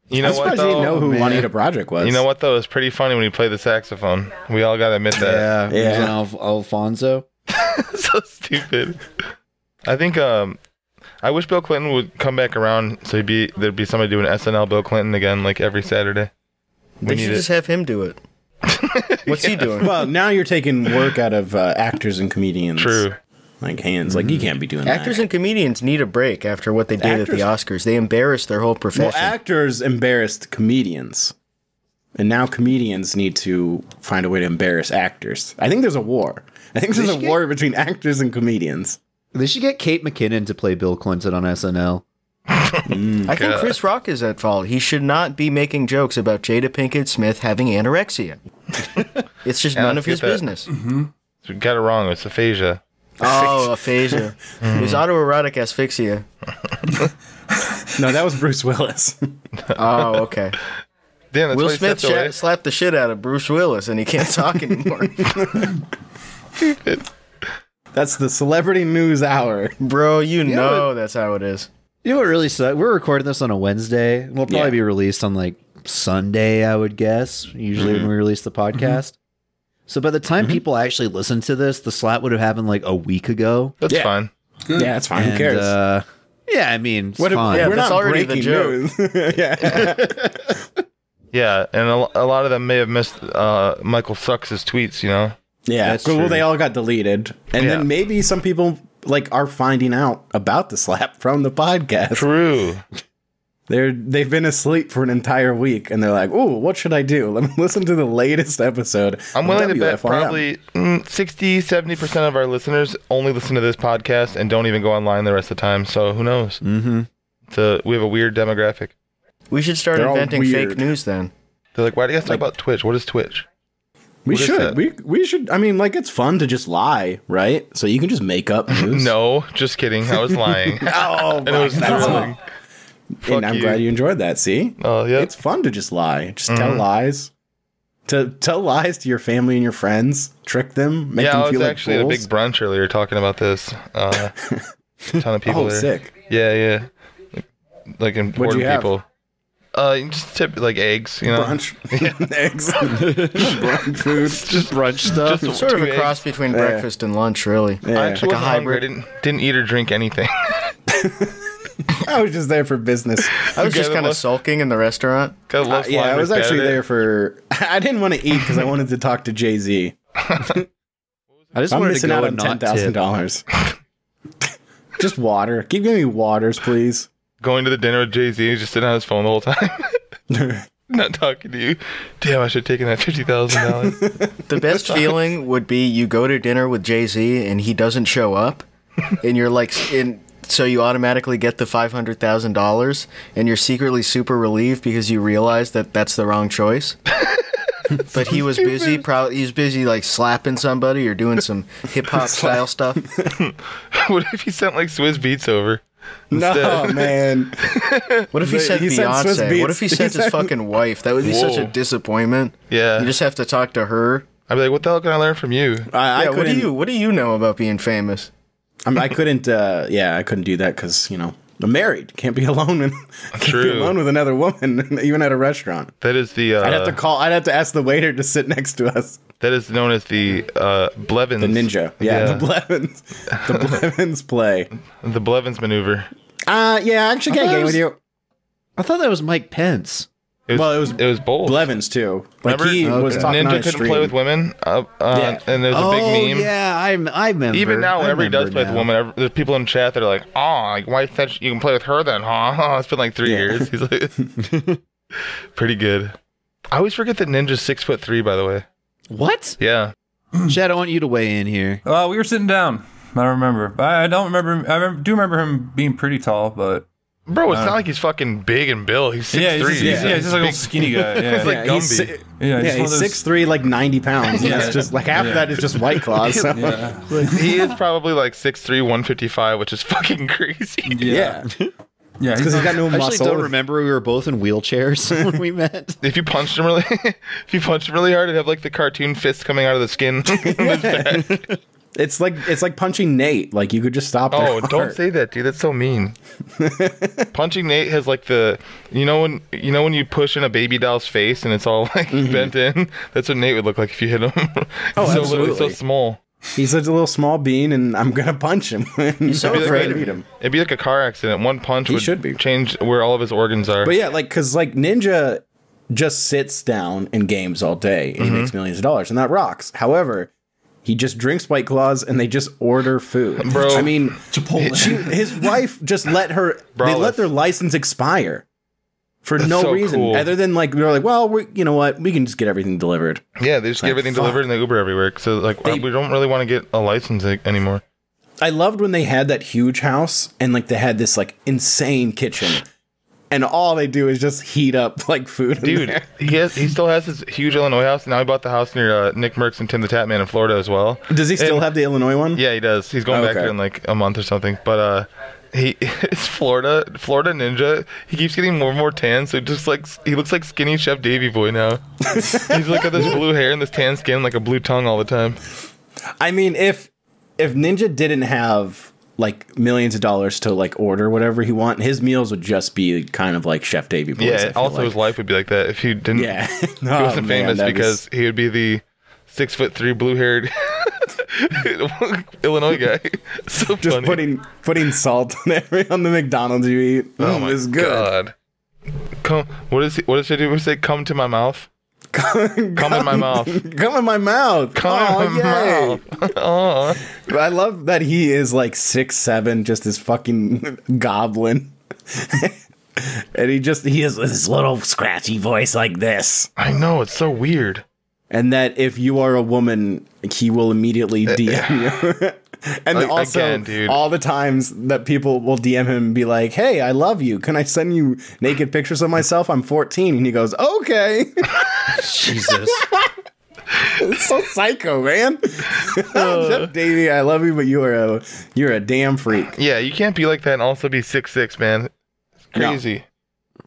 Speaker 5: you
Speaker 1: I'm
Speaker 5: know what
Speaker 1: surprised you
Speaker 5: though?
Speaker 1: didn't know who Juanita Broderick was.
Speaker 5: You know what though? It was pretty funny when he played the saxophone. We all gotta admit that.
Speaker 2: yeah,
Speaker 1: Yeah.
Speaker 2: yeah. Alfonso.
Speaker 5: so stupid. I think um, I wish Bill Clinton would come back around so he'd be there'd be somebody doing SNL Bill Clinton again like every Saturday.
Speaker 3: They
Speaker 5: need
Speaker 3: should
Speaker 5: it.
Speaker 3: just have him do it. What's he doing?
Speaker 1: Well, now you're taking work out of uh, actors and comedians.
Speaker 5: True.
Speaker 1: Like hands. Like you can't be doing
Speaker 3: Actors
Speaker 1: that.
Speaker 3: and comedians need a break after what they did at the Oscars. They embarrassed their whole profession.
Speaker 1: well, actors embarrassed comedians, and now comedians need to find a way to embarrass actors. I think there's a war. I think there's a war between actors and comedians.
Speaker 2: They should get Kate McKinnon to play Bill Clinton on SNL.
Speaker 3: I think Chris Rock is at fault. He should not be making jokes about Jada Pinkett Smith having anorexia. it's just
Speaker 5: Yeah,
Speaker 3: none
Speaker 5: let's
Speaker 3: of his
Speaker 5: get that.
Speaker 3: business.
Speaker 5: So got it wrong. It's aphasia.
Speaker 3: Oh, aphasia.
Speaker 5: Mm.
Speaker 3: it was autoerotic asphyxia.
Speaker 1: No, that was Bruce Willis.
Speaker 3: Oh, okay.
Speaker 5: Damn, that's
Speaker 3: Will
Speaker 5: what he
Speaker 3: Smith
Speaker 5: stepped away.
Speaker 3: sha- slapped the shit out of Bruce Willis, and he can't talk anymore.
Speaker 1: That's the celebrity news hour.
Speaker 3: Bro, you know that's how it is.
Speaker 2: You know what really sucks? We're recording this on a Wednesday. We'll probably
Speaker 1: Yeah.
Speaker 2: be released on like Sunday, I would guess, usually when we release the podcast. So by the time people actually listen to this, the slap would have happened like a week ago.
Speaker 5: That's
Speaker 1: Yeah.
Speaker 5: fine.
Speaker 1: Yeah, it's fine. Who
Speaker 2: And,
Speaker 1: cares?
Speaker 2: Uh, yeah, I mean, it's
Speaker 1: What if-
Speaker 2: fine.
Speaker 3: yeah,
Speaker 1: we're
Speaker 3: that's
Speaker 1: not
Speaker 3: already the
Speaker 1: breaking
Speaker 3: joke.
Speaker 1: news. yeah.
Speaker 5: Yeah, and a, lo- a lot of them may have missed uh, Michael Sucks' tweets. You know.
Speaker 1: Yeah.
Speaker 2: That's
Speaker 1: Well,
Speaker 2: true.
Speaker 1: they all got deleted. And
Speaker 5: Yeah.
Speaker 1: then maybe some people like are finding out about the slap from the podcast.
Speaker 5: True.
Speaker 1: They're they've been asleep for an entire week and they're like, "Ooh, what should I do? Let me listen to the latest episode."
Speaker 5: I'm
Speaker 1: of
Speaker 5: willing to bet
Speaker 1: WFRM."
Speaker 5: probably mm, 60, 70 percent of our listeners only listen to this podcast and don't even go online the rest of the time. So who knows? Mm-hmm. So we have a weird demographic.
Speaker 3: We should start
Speaker 1: They're all
Speaker 3: inventing fake
Speaker 1: weird.
Speaker 3: news then.
Speaker 5: They're like, why do you guys talk about Twitch? What is Twitch?
Speaker 1: we
Speaker 5: what is
Speaker 1: should
Speaker 5: that?
Speaker 1: we we should. I mean, like it's fun to just lie, right? So you can just make up news.
Speaker 5: No, just kidding. I was lying.
Speaker 1: Oh,
Speaker 5: and it was
Speaker 1: that's
Speaker 5: thrilling. Fuck
Speaker 1: and I'm
Speaker 5: you.
Speaker 1: glad you enjoyed that. See,
Speaker 5: Oh, yeah.
Speaker 1: it's fun to just lie, just tell
Speaker 5: Mm-hmm.
Speaker 1: lies, to tell lies to your family and your friends, trick them, make
Speaker 5: yeah,
Speaker 1: them
Speaker 5: I was
Speaker 1: feel
Speaker 5: actually
Speaker 1: like
Speaker 5: at a
Speaker 1: fools.
Speaker 5: big brunch earlier talking about this. Uh, a ton of people
Speaker 1: oh,
Speaker 5: there.
Speaker 1: sick.
Speaker 5: Yeah, yeah. Like important
Speaker 1: you have?
Speaker 5: people. Uh, you just tip like eggs, you know.
Speaker 1: Brunch, eggs, brunch food.
Speaker 2: Just brunch stuff.
Speaker 5: Just
Speaker 3: Sort of
Speaker 5: two
Speaker 3: a
Speaker 5: eggs.
Speaker 3: cross between breakfast and lunch, really.
Speaker 1: Yeah.
Speaker 5: I actually
Speaker 3: Like a
Speaker 5: wasn't hungry. I
Speaker 3: hybrid.
Speaker 5: didn't didn't eat or drink anything.
Speaker 1: I was just there for business. Uh,
Speaker 3: I was
Speaker 5: Okay,
Speaker 3: just
Speaker 5: then
Speaker 3: kind of
Speaker 5: let's-
Speaker 3: sulking in the restaurant.
Speaker 5: God, love
Speaker 1: yeah,
Speaker 5: Flying
Speaker 1: I was actually
Speaker 5: McBatter.
Speaker 1: there for. I didn't want to eat because I wanted to talk to Jay Z.
Speaker 2: I just wanted to
Speaker 1: I'm missing
Speaker 2: go
Speaker 1: out
Speaker 2: and
Speaker 1: on ten
Speaker 2: not tip.
Speaker 1: thousand dollars. Just water. Keep giving me waters, please.
Speaker 5: Going to the dinner with Jay Z, just sitting on his phone the whole time, not talking to you. Damn, I should have taken that fifty thousand dollars.
Speaker 3: The best feeling would be you go to dinner with Jay Z and he doesn't show up, and you're like, s- and so you automatically get the five hundred thousand dollars, and you're secretly super relieved because you realize that that's the wrong choice. But he was busy. Probably he was busy like slapping somebody or doing some hip hop style stuff.
Speaker 5: what if he sent like Swizz Beats over?
Speaker 1: no,
Speaker 5: Instead.
Speaker 1: man.
Speaker 3: What if he
Speaker 1: But
Speaker 3: said
Speaker 1: he sent Swiss
Speaker 3: Beyonce? What
Speaker 1: Beats.
Speaker 3: if he
Speaker 1: He
Speaker 3: sent his
Speaker 1: said-
Speaker 3: fucking wife? That would be such a
Speaker 5: Whoa.
Speaker 3: disappointment.
Speaker 5: Yeah,
Speaker 3: You just have to talk to her.
Speaker 5: I'd be like, what the hell can I learn from you?
Speaker 1: I, I
Speaker 3: Yeah,
Speaker 1: couldn't.
Speaker 3: what do you what do you know about being famous?
Speaker 1: I, mean, I couldn't. Uh, yeah, I couldn't do that because you know I'm married. Can't be alone. And, can't be
Speaker 5: True.
Speaker 1: alone with another woman, even at a restaurant.
Speaker 5: That is the uh,
Speaker 1: I'd have to call. I'd have to ask the waiter to sit next to us.
Speaker 5: that is known as the uh, Blevins
Speaker 1: The ninja. Yeah,
Speaker 5: Yeah.
Speaker 1: the Blevins. The Blevins play.
Speaker 5: the Blevins maneuver.
Speaker 1: Uh, yeah. I Actually, got a game with you.
Speaker 2: I thought that was Mike Pence.
Speaker 5: It was,
Speaker 1: Well, it was
Speaker 5: it was bold.
Speaker 1: Blevins too. Like
Speaker 5: Remember,
Speaker 1: he was talking
Speaker 5: Ninja
Speaker 1: on a
Speaker 5: couldn't play
Speaker 1: stream.
Speaker 5: with women, uh, uh,
Speaker 1: Yeah.
Speaker 5: and there's a
Speaker 2: oh
Speaker 5: big meme.
Speaker 2: yeah, I'm. I remember.
Speaker 5: Even now,
Speaker 2: I
Speaker 5: whenever he does
Speaker 2: remember
Speaker 5: play with
Speaker 2: now.
Speaker 5: a woman, ev- there's people in chat that are like, "Oh, like, why said she- you can play with her then, huh?" Oh, it's been like three years. He's like, pretty good. I always forget that Ninja's six foot three. By the way,
Speaker 2: What?
Speaker 5: yeah,
Speaker 2: Chad, I want you to weigh in here.
Speaker 4: Uh, we were sitting down. I don't remember. I I don't remember. I remember, do remember him being pretty tall, but
Speaker 5: bro, it's not like he's fucking big and built. He's six
Speaker 4: Uh. yeah, he's
Speaker 5: three.
Speaker 4: just, he's- yeah, he's just like a little skinny guy. Yeah,
Speaker 5: like
Speaker 1: Yeah, he's
Speaker 5: Gumby.
Speaker 1: si- Yeah,
Speaker 4: yeah, he's, one of
Speaker 1: he's
Speaker 4: those-
Speaker 1: six three, like ninety pounds. And
Speaker 4: Yeah.
Speaker 1: that's just like half of that is just white claws. so- yeah.
Speaker 4: Yeah,
Speaker 5: he is probably like 6'3", 155, which is fucking crazy.
Speaker 4: yeah, yeah.
Speaker 1: because
Speaker 4: he's
Speaker 1: he's got no
Speaker 2: I actually
Speaker 1: muscle.
Speaker 2: don't remember we were both in wheelchairs when we met.
Speaker 5: If you punched him really, if you punched him really hard, it'd have like the cartoon fist coming out of the skin.
Speaker 1: It's like it's like punching Nate. Like you could just stop. their
Speaker 5: Oh, don't
Speaker 1: heart.
Speaker 5: say that, dude. That's so mean. Punching Nate has like the, you know when you know when you push in a baby doll's face and it's all like bent in. That's what Nate would look like if you hit him.
Speaker 1: Mm-hmm. Oh,
Speaker 5: so little-
Speaker 1: absolutely.
Speaker 5: So small.
Speaker 1: He's such a little small bean, and I'm gonna punch him. He's
Speaker 3: so afraid of
Speaker 1: beat him.
Speaker 5: It'd be like a car accident. One punch would
Speaker 1: should be.
Speaker 5: change where all of his organs are.
Speaker 1: But yeah, like because like Ninja just sits down and games all day, and he makes millions of dollars, and that rocks. However. He just drinks White Claws and they just order food.
Speaker 5: Bro.
Speaker 1: I mean, she, his wife just let her, they
Speaker 5: Brawless.
Speaker 1: let their license expire for no
Speaker 5: so
Speaker 1: reason
Speaker 5: cool.
Speaker 1: other than like, they're like, well, we, you know what? We can just get everything delivered.
Speaker 5: yeah, they just get everything
Speaker 1: fuck.
Speaker 5: delivered and they Uber everywhere. So like, uh,
Speaker 1: They-
Speaker 5: we don't really want to get a license a- anymore.
Speaker 1: I loved when they had that huge house and like they had this like insane kitchen, and all they do is just heat up like food. in
Speaker 5: Dude,
Speaker 1: there.
Speaker 5: he has he still has his huge Illinois house. Now he bought the house near uh, Nick Merckx and Tim the Tatman in Florida as well.
Speaker 1: does he still
Speaker 5: and-
Speaker 1: have the Illinois one?
Speaker 5: Yeah, he does. He's going
Speaker 1: Oh,
Speaker 5: back
Speaker 1: okay.
Speaker 5: there in like a month or something. But uh, he it's Florida, Florida Ninja. He keeps getting more and more tan, so just like s- he looks like skinny Chef Davy Boy now. He's like got this blue hair and this tan skin, like a blue tongue all the time.
Speaker 1: I mean, if if Ninja didn't have like millions of dollars to like order whatever he want, his meals would just be kind of like Chef Davy Boys. I
Speaker 5: yeah.
Speaker 1: feel
Speaker 5: Also,
Speaker 1: like.
Speaker 5: his life would be like that if he didn't.
Speaker 1: yeah, Oh,
Speaker 5: He
Speaker 1: he
Speaker 5: wasn't famous because he would be the six foot three blue haired Illinois guy. so
Speaker 1: just
Speaker 5: funny.
Speaker 1: putting putting salt on every on the McDonald's you eat
Speaker 5: Oh
Speaker 1: mm,
Speaker 5: my
Speaker 1: is good.
Speaker 5: god. Come. What is he? What does she do? We say, "Come to my mouth." Come in my mouth.
Speaker 1: Come in my mouth.
Speaker 5: Come in
Speaker 1: Aw, yay.
Speaker 5: my mouth. Aw.
Speaker 1: But I love that he is like six seven, just this fucking goblin, and he just he has this little scratchy voice like this,
Speaker 5: I know it's so weird.
Speaker 1: and that if you are a woman, he will immediately DM you. And
Speaker 5: Eh, Like,
Speaker 1: also,
Speaker 5: again, dude.
Speaker 1: all the times that people will DM him and be like, "Hey, I love you. Can I send you naked pictures of myself? I'm 14." And he goes, "Okay."
Speaker 2: Jesus.
Speaker 1: it's so psycho, man.
Speaker 5: Uh.
Speaker 1: Jeff Davy, I love you, but you are a you're a damn freak.
Speaker 5: Yeah, you can't be like that and also be six six, man. crazy.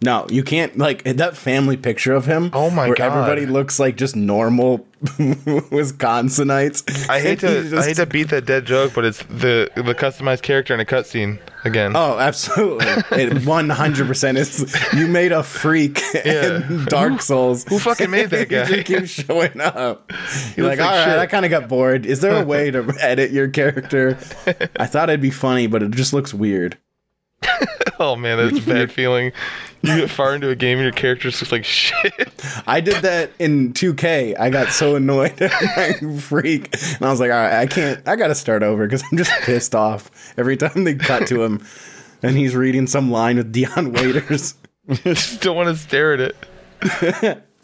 Speaker 1: No, you can't like that family picture of him.
Speaker 5: Oh my
Speaker 1: where
Speaker 5: God.
Speaker 1: Everybody looks like just normal Wisconsinites.
Speaker 5: I hate
Speaker 1: And
Speaker 5: to
Speaker 1: he just-
Speaker 5: I hate to beat that dead joke, but it's the the customized character in a cutscene again.
Speaker 1: Oh, absolutely! It one hundred percent is you made a freak in Dark Souls.
Speaker 5: who fucking made that guy?
Speaker 1: you keep showing up. You're
Speaker 5: looks
Speaker 1: like, all
Speaker 5: like
Speaker 1: right,
Speaker 5: shit."
Speaker 1: I kind of got bored. Is there a way to edit your character? I thought it'd be funny, but it just looks weird.
Speaker 5: Oh man, that's a bad feeling. You get far into a game and your character's just like shit.
Speaker 1: I did that in 2K. I got so annoyed at my freak. And I was like, all right, I can't, I got to start over because I'm just pissed off every time they cut to him and he's reading some line with Dion Waiters.
Speaker 5: just don't want to stare at it.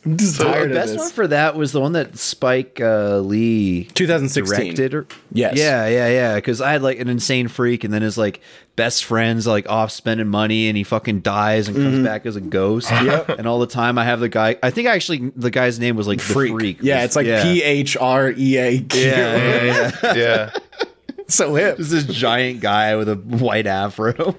Speaker 1: I'm just
Speaker 2: the
Speaker 1: tired of
Speaker 2: best
Speaker 1: this.
Speaker 2: one for that was the one that Spike uh, Lee
Speaker 1: 2016.
Speaker 2: directed. Or,
Speaker 1: Yes.
Speaker 2: Yeah, yeah, yeah. Because I had like an insane freak, and then his like best friends like off spending money, and he fucking dies and
Speaker 1: Mm-hmm.
Speaker 2: comes back as a ghost. Yep. And all the time, I have the guy. I think actually the guy's name was like
Speaker 1: Freak.
Speaker 2: The freak.
Speaker 1: Yeah, it's like P H R E A Q.
Speaker 2: Yeah, yeah, yeah.
Speaker 5: Yeah.
Speaker 1: So hip.
Speaker 2: Just this giant guy with a white afro.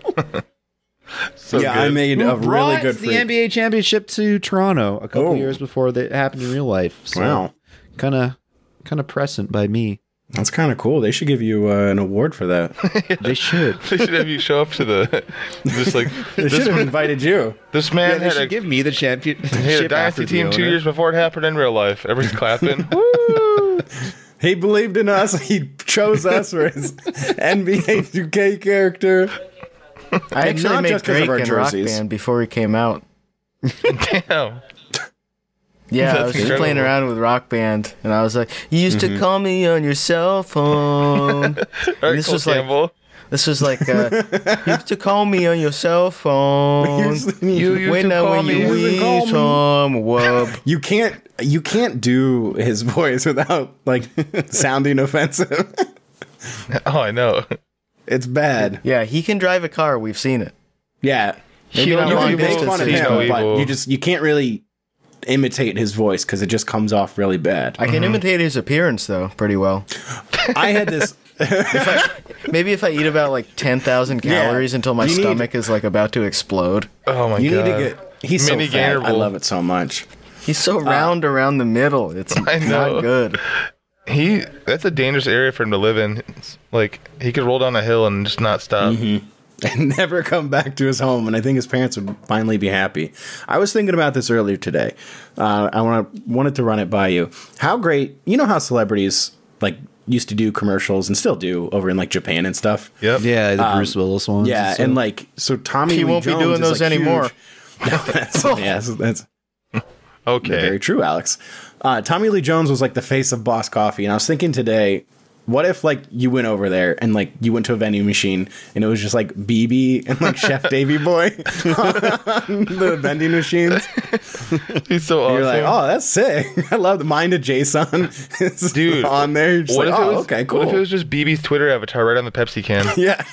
Speaker 5: So
Speaker 1: yeah,
Speaker 5: good.
Speaker 1: I made a really
Speaker 2: Brought
Speaker 1: good
Speaker 2: the
Speaker 1: freak.
Speaker 2: NBA championship to Toronto a couple
Speaker 1: Oh.
Speaker 2: years before that happened in real life. So
Speaker 1: Wow.
Speaker 2: kind of kind of prescient by me.
Speaker 1: That's kind of cool. They should give you uh, an award for that.
Speaker 2: They should.
Speaker 5: they should have you show up to the just like
Speaker 1: They should have invited you.
Speaker 5: this man
Speaker 2: yeah, they
Speaker 5: had
Speaker 2: should
Speaker 5: a
Speaker 2: give me the
Speaker 5: he had a
Speaker 2: championship after
Speaker 5: dynasty
Speaker 2: the
Speaker 5: team two
Speaker 2: owner.
Speaker 5: years before it happened in real life. Everyone's clapping.
Speaker 1: He believed in us. He chose us for his NBA 2K character.
Speaker 3: I
Speaker 1: And
Speaker 3: actually
Speaker 1: not
Speaker 3: made
Speaker 1: just 'cause of
Speaker 3: Drake
Speaker 1: our
Speaker 3: and
Speaker 1: jerseys.
Speaker 3: Rock Band before he came out.
Speaker 5: Damn.
Speaker 3: Yeah, I
Speaker 5: That's
Speaker 3: was just
Speaker 5: incredible.
Speaker 3: playing around with Rock Band, and I was like, "You used
Speaker 1: Mm-hmm.
Speaker 3: to call me on your cell
Speaker 5: All
Speaker 3: phone."
Speaker 5: right,
Speaker 3: this
Speaker 5: Cole
Speaker 3: was like-
Speaker 5: Campbell.
Speaker 3: this was like, uh, "You used to call me on your cell phone."
Speaker 5: you used
Speaker 3: when
Speaker 5: to
Speaker 3: I
Speaker 5: call
Speaker 3: when
Speaker 5: me.
Speaker 3: you
Speaker 1: call
Speaker 3: need
Speaker 1: me.
Speaker 3: some wub.
Speaker 1: You can't you can't do his voice without like sounding offensive.
Speaker 5: Oh, I know.
Speaker 1: It's bad.
Speaker 3: Yeah, he can drive a car. We've seen it.
Speaker 1: Yeah.
Speaker 3: Maybe
Speaker 5: He
Speaker 3: not
Speaker 5: no
Speaker 1: You
Speaker 3: long
Speaker 1: can make
Speaker 5: evil,
Speaker 1: fun of
Speaker 5: see
Speaker 1: him,
Speaker 5: no
Speaker 1: but
Speaker 5: evil.
Speaker 1: you just you can't really imitate his voice because it just comes off really bad.
Speaker 3: I can imitate his appearance though pretty well.
Speaker 1: I had this
Speaker 3: Maybe if I eat about like ten thousand
Speaker 1: Yeah.
Speaker 3: calories until my
Speaker 1: You need-
Speaker 3: stomach is like about to explode.
Speaker 5: Oh my
Speaker 1: you
Speaker 5: god.
Speaker 1: need to get he's so
Speaker 5: Mini
Speaker 1: fat. I
Speaker 5: Gainable.
Speaker 1: love it so much.
Speaker 3: He's so round around the middle. It's
Speaker 5: Uh, I know.
Speaker 3: not good.
Speaker 5: he that's a dangerous area for him to live in. It's like he could roll down a hill and just not stop.
Speaker 1: Mm-hmm. and never come back to his home. And I think his parents would finally be happy. I was thinking about this earlier today. Uh, I want wanted to run it by you. How great, you know how celebrities like used to do commercials and still do over in like Japan and stuff.
Speaker 5: Yep.
Speaker 2: Yeah, the Bruce Willis ones.
Speaker 1: Um, Yeah,
Speaker 2: so-
Speaker 1: and like so Tommy
Speaker 3: He
Speaker 1: Lee
Speaker 3: won't be
Speaker 1: Jones
Speaker 3: doing
Speaker 1: is,
Speaker 3: those
Speaker 1: like,
Speaker 3: anymore.
Speaker 1: huge. No, that's, yeah, so that's
Speaker 5: Okay.
Speaker 1: very true, Alex. Uh, Tommy Lee Jones was like the face of Boss Coffee, and I was thinking today, what if like you went over there and like you went to a vending machine and it was just like BB and like Chef Davy Boy on the vending machines?
Speaker 5: He's so awesome.
Speaker 1: You're like, oh, that's sick! I love the mind of Jason, is
Speaker 5: Dude,
Speaker 1: on there. You're just
Speaker 5: what
Speaker 1: like,
Speaker 5: if it
Speaker 1: oh,
Speaker 5: was,
Speaker 1: okay, cool.
Speaker 5: What if it was just BB's Twitter avatar right on the Pepsi can?
Speaker 1: yeah,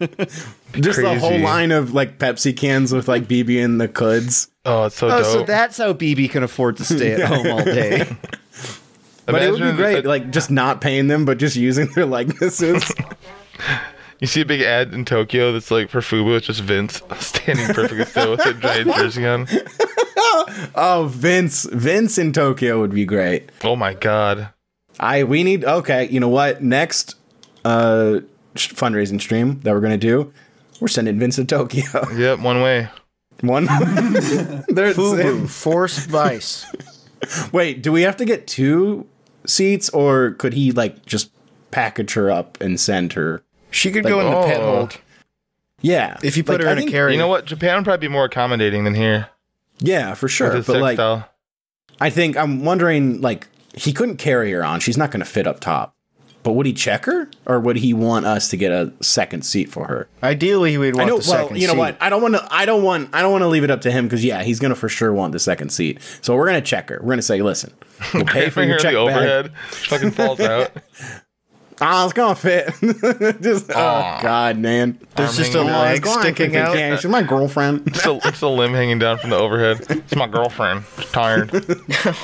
Speaker 1: just the whole
Speaker 5: Crazy.
Speaker 1: line of like Pepsi cans with like BB and the Cuds.
Speaker 5: Oh, it's so
Speaker 2: Oh,
Speaker 5: dope.
Speaker 2: so that's how BB can afford to stay at home all day.
Speaker 1: But it would be
Speaker 5: Imagine
Speaker 1: great,
Speaker 5: a-
Speaker 1: like just not paying them, but just using their likenesses.
Speaker 5: You see a big ad in Tokyo that's like for Fubu. It's just Vince standing perfectly still with a giant jersey on.
Speaker 1: Oh, Vince, Vince in Tokyo would be great.
Speaker 5: Oh my god.
Speaker 1: I we need okay. You know what? Next uh sh- fundraising stream that we're gonna do, we're sending Vince to Tokyo.
Speaker 5: Yep, one way.
Speaker 1: One, there's
Speaker 3: Fubu, forced vice.
Speaker 1: wait. Do we have to get two seats, or could he like just package her up and send her?
Speaker 3: She could go in the pet
Speaker 5: oh.
Speaker 3: hold
Speaker 1: Yeah,
Speaker 3: if you put
Speaker 1: Like,
Speaker 3: her
Speaker 1: I
Speaker 3: in
Speaker 1: think-
Speaker 3: a carrier.
Speaker 5: You know what? Japan would probably be more accommodating than here.
Speaker 1: Yeah, for
Speaker 5: with
Speaker 1: sure.
Speaker 5: his
Speaker 1: But
Speaker 5: sex
Speaker 1: like,
Speaker 5: style.
Speaker 1: I think I'm wondering like he couldn't carry her on. She's not going to fit up top. But would he check her, or would he want us to get a second seat for her?
Speaker 3: Ideally, he would
Speaker 1: I
Speaker 3: want
Speaker 1: know.
Speaker 3: the
Speaker 1: Well,
Speaker 3: second
Speaker 1: you know
Speaker 3: seat.
Speaker 1: what? I don't want to. I don't want. I don't want to leave it up to him because yeah, he's gonna for sure want the second seat. So we're gonna check her. We're gonna say, listen, we'll pay for
Speaker 5: Bring her
Speaker 1: your
Speaker 5: in
Speaker 1: check
Speaker 5: the
Speaker 1: bag.
Speaker 5: overhead. She fucking falls out.
Speaker 1: Ah, it's gonna fit. just oh god, man.
Speaker 3: There's
Speaker 5: I'm
Speaker 3: just a
Speaker 5: hanging out.
Speaker 3: leg
Speaker 1: It's going
Speaker 3: sticking
Speaker 1: freaking-
Speaker 3: out.
Speaker 1: Yeah, she's my girlfriend.
Speaker 5: Just a, just a limb hanging down from the overhead. It's my girlfriend. She's tired.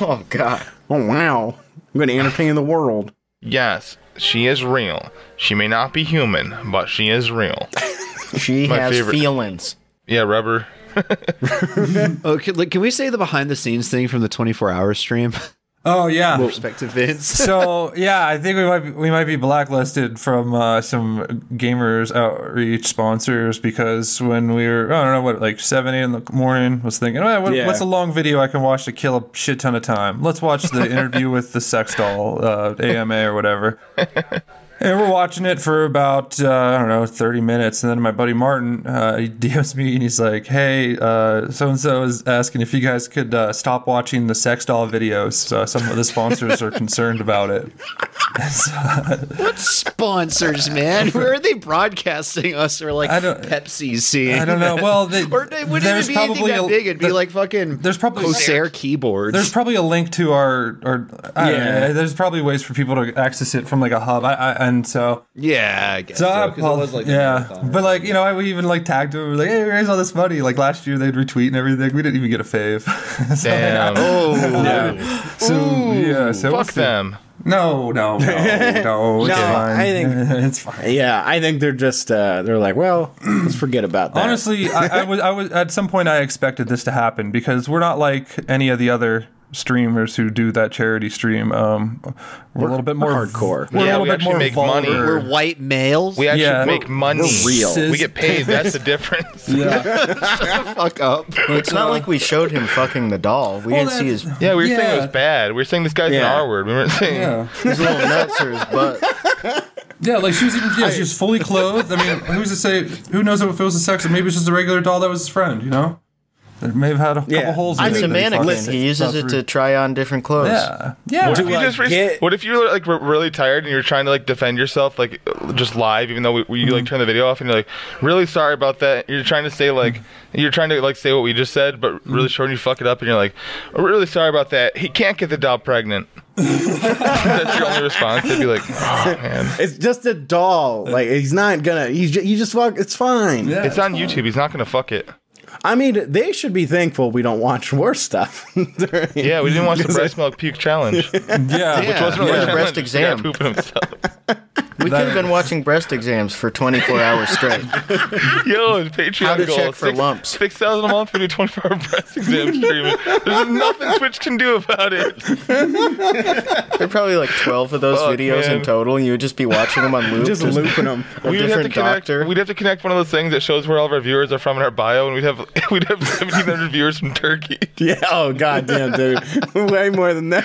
Speaker 3: Oh God!
Speaker 1: Oh wow, I'm gonna entertain the world.
Speaker 5: Yes, she is real. She may not be human, but she is real.
Speaker 3: She
Speaker 5: My
Speaker 3: has
Speaker 5: favorite.
Speaker 3: feelings.
Speaker 5: Yeah, rubber.
Speaker 2: Oh, can, like, can we say the behind the scenes thing from the 24 hour stream?
Speaker 4: Oh yeah.
Speaker 2: Respect to Vince.
Speaker 4: so yeah, I think we might be, we might be blacklisted from uh, some gamers outreach sponsors because when we were I don't know what like seven eight in the morning was thinking oh, what,
Speaker 1: Yeah.
Speaker 4: what's a long video I can watch to kill a shit ton of time? Let's watch the interview with the sex doll uh, AMA or whatever. And we're watching it for about uh, I don't know thirty minutes, and then my buddy Martin uh, he DMs me and he's like, "Hey, so and so is asking if you guys could uh, stop watching the sex doll videos. Uh, some of the sponsors are concerned about it."
Speaker 2: Sponsors, man. Where are they broadcasting us? Or like
Speaker 4: I don't-
Speaker 2: Pepsi's seeing?
Speaker 4: I don't know. Well, they,
Speaker 2: Or it wouldn't
Speaker 4: there's
Speaker 2: even be anything
Speaker 4: probably
Speaker 2: that
Speaker 4: a-
Speaker 2: big. It'd be
Speaker 4: there-
Speaker 2: like fucking
Speaker 4: there's probably-
Speaker 2: Corsair keyboards.
Speaker 4: There's probably a link to our, our I don't
Speaker 1: Yeah.
Speaker 4: know, there's probably ways for people to access it from like a hub. I, I and so
Speaker 2: yeah, I guess.
Speaker 4: So I
Speaker 2: so, 'cause it was,
Speaker 4: apologize.
Speaker 2: like, a
Speaker 4: yeah,
Speaker 2: marathon.
Speaker 4: but like you know, I, we even like tagged them. We were like, "Hey, we raised all this money." Like last year, they'd retweet and everything. We didn't even get a fave. so,
Speaker 5: Damn.
Speaker 4: so, yeah, so Oh, we'll
Speaker 5: Fuck
Speaker 4: see.
Speaker 5: them.
Speaker 4: No, no, no, no.
Speaker 1: No,
Speaker 4: It's fine.
Speaker 1: I think-
Speaker 4: it's fine.
Speaker 1: Yeah, I think they're just uh, they're like, well, let's forget about that.
Speaker 4: Honestly, I, I was I was at some point I expected this to happen because we're not like any of the other streamers who do that charity stream. Um, we're, a little bit more
Speaker 1: hardcore.
Speaker 4: We're
Speaker 5: Yeah,
Speaker 4: a little
Speaker 5: we
Speaker 4: bit
Speaker 5: actually
Speaker 4: more
Speaker 5: make money.
Speaker 4: vulgar.
Speaker 2: We're white males.
Speaker 5: We actually
Speaker 4: Yeah.
Speaker 5: make money.
Speaker 1: we're real.
Speaker 5: We get paid. That's the difference.
Speaker 4: Yeah.
Speaker 2: fuck up.
Speaker 3: It's not like we showed him fucking the doll. We didn't see his,
Speaker 5: Yeah, we were saying
Speaker 4: Yeah.
Speaker 5: it was bad. We were saying this guy's
Speaker 1: Yeah.
Speaker 5: an R word. We weren't saying.
Speaker 4: yeah.
Speaker 3: his little nuts or his butt.
Speaker 4: Yeah, like she was even yeah, she was fully clothed. I mean, who's to say? Who knows if it was a sex? Or maybe it's just a regular doll that was his friend. You know, that may have had a couple
Speaker 1: Yeah.
Speaker 4: holes. in
Speaker 1: I
Speaker 4: it
Speaker 3: It's a
Speaker 4: that he
Speaker 3: mannequin.
Speaker 4: fucking
Speaker 3: he uses it
Speaker 4: suffered.
Speaker 3: to try on different clothes.
Speaker 4: Yeah, yeah.
Speaker 5: What if, you
Speaker 1: I
Speaker 5: just re-
Speaker 1: get-
Speaker 5: what if you were like re- really tired and you're trying to like defend yourself like just live even though we, we like turn the video off and you're like really sorry about that you're trying to say like you're trying to like say what we just said but really short and you fuck it up and you're like "Oh, really sorry about that he can't get the doll pregnant that's your only response they'd be like oh man
Speaker 1: It's just a doll. Like he's not gonna. He's ju- you just fuck. It's fine.
Speaker 4: Yeah.
Speaker 5: it's on YouTube he's not gonna fuck it
Speaker 1: I mean, they should be thankful we don't watch worse stuff.
Speaker 5: yeah we didn't watch the breast milk puke challenge which
Speaker 4: yeah.
Speaker 2: Yeah.
Speaker 5: wasn't really
Speaker 3: Yeah,
Speaker 5: a challenge,
Speaker 3: breast
Speaker 5: this guy
Speaker 3: exam.
Speaker 5: pooping himself.
Speaker 3: We could have been watching breast exams for 24 hours straight.
Speaker 5: Yo, it's Patreon
Speaker 3: How to
Speaker 5: goal.
Speaker 3: check for
Speaker 5: six,
Speaker 3: lumps.
Speaker 5: Six thousand a month for the twenty-four hour breast exam streaming. There's nothing Twitch can do about it.
Speaker 3: There are probably like 12 of those
Speaker 5: Fuck,
Speaker 3: videos
Speaker 5: man.
Speaker 3: in total, and you would just be watching them on loop.
Speaker 1: just looping them.
Speaker 3: A
Speaker 5: We'd have to
Speaker 3: different
Speaker 5: connect.
Speaker 3: doctor.
Speaker 5: We'd have to connect one of those things that shows where all of our viewers are from in our bio, and we'd have we'd have seventeen hundred viewers from Turkey.
Speaker 1: Yeah. Oh goddamn, dude. Way more than that.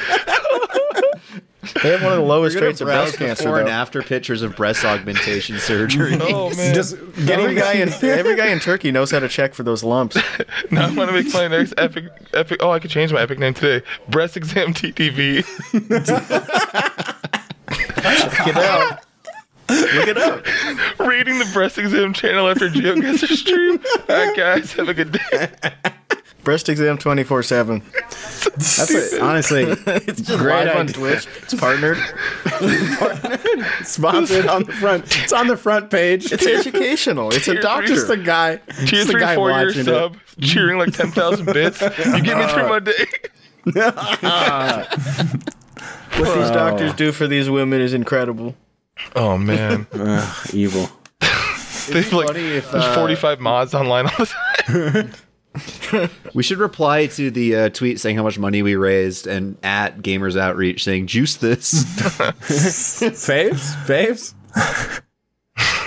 Speaker 3: They have one of the lowest
Speaker 2: You're gonna
Speaker 3: rates of
Speaker 2: browse
Speaker 3: breast
Speaker 2: before
Speaker 3: cancer. Though.
Speaker 2: and after pictures of breast augmentation surgery.
Speaker 5: Oh man!
Speaker 1: Just
Speaker 3: Every
Speaker 1: getting
Speaker 3: guy in every guy in Turkey knows how to check for those lumps.
Speaker 5: now I'm gonna make my next epic epic. Oh, I could change my epic name today. Breast exam TTV.
Speaker 3: Get out. Look it up.
Speaker 5: Rating the breast exam channel after geoguesser stream. All right, guys, have a good day.
Speaker 3: Breast exam 24 7.
Speaker 1: That's a, honestly
Speaker 3: It's just
Speaker 1: Great
Speaker 3: live on
Speaker 1: idea.
Speaker 3: Twitch. It's partnered.
Speaker 1: sponsored on the front. It's on the front page.
Speaker 3: It's educational. It's a
Speaker 5: Tier
Speaker 3: doctor.
Speaker 1: Just a guy.
Speaker 5: Cheers
Speaker 1: just a
Speaker 5: for your
Speaker 1: guy
Speaker 5: four year
Speaker 1: watching it.
Speaker 5: sub, cheering like ten thousand bits. You get me through my day.
Speaker 3: What these doctors do for these women is incredible.
Speaker 5: Oh man,
Speaker 1: Evil.
Speaker 5: there's like
Speaker 3: funny if,
Speaker 5: there's
Speaker 3: uh,
Speaker 5: 45 mods online all the time.
Speaker 2: We should reply to the uh, tweet saying how much money we raised and at Gamers Outreach saying juice this.
Speaker 1: Faves? Faves?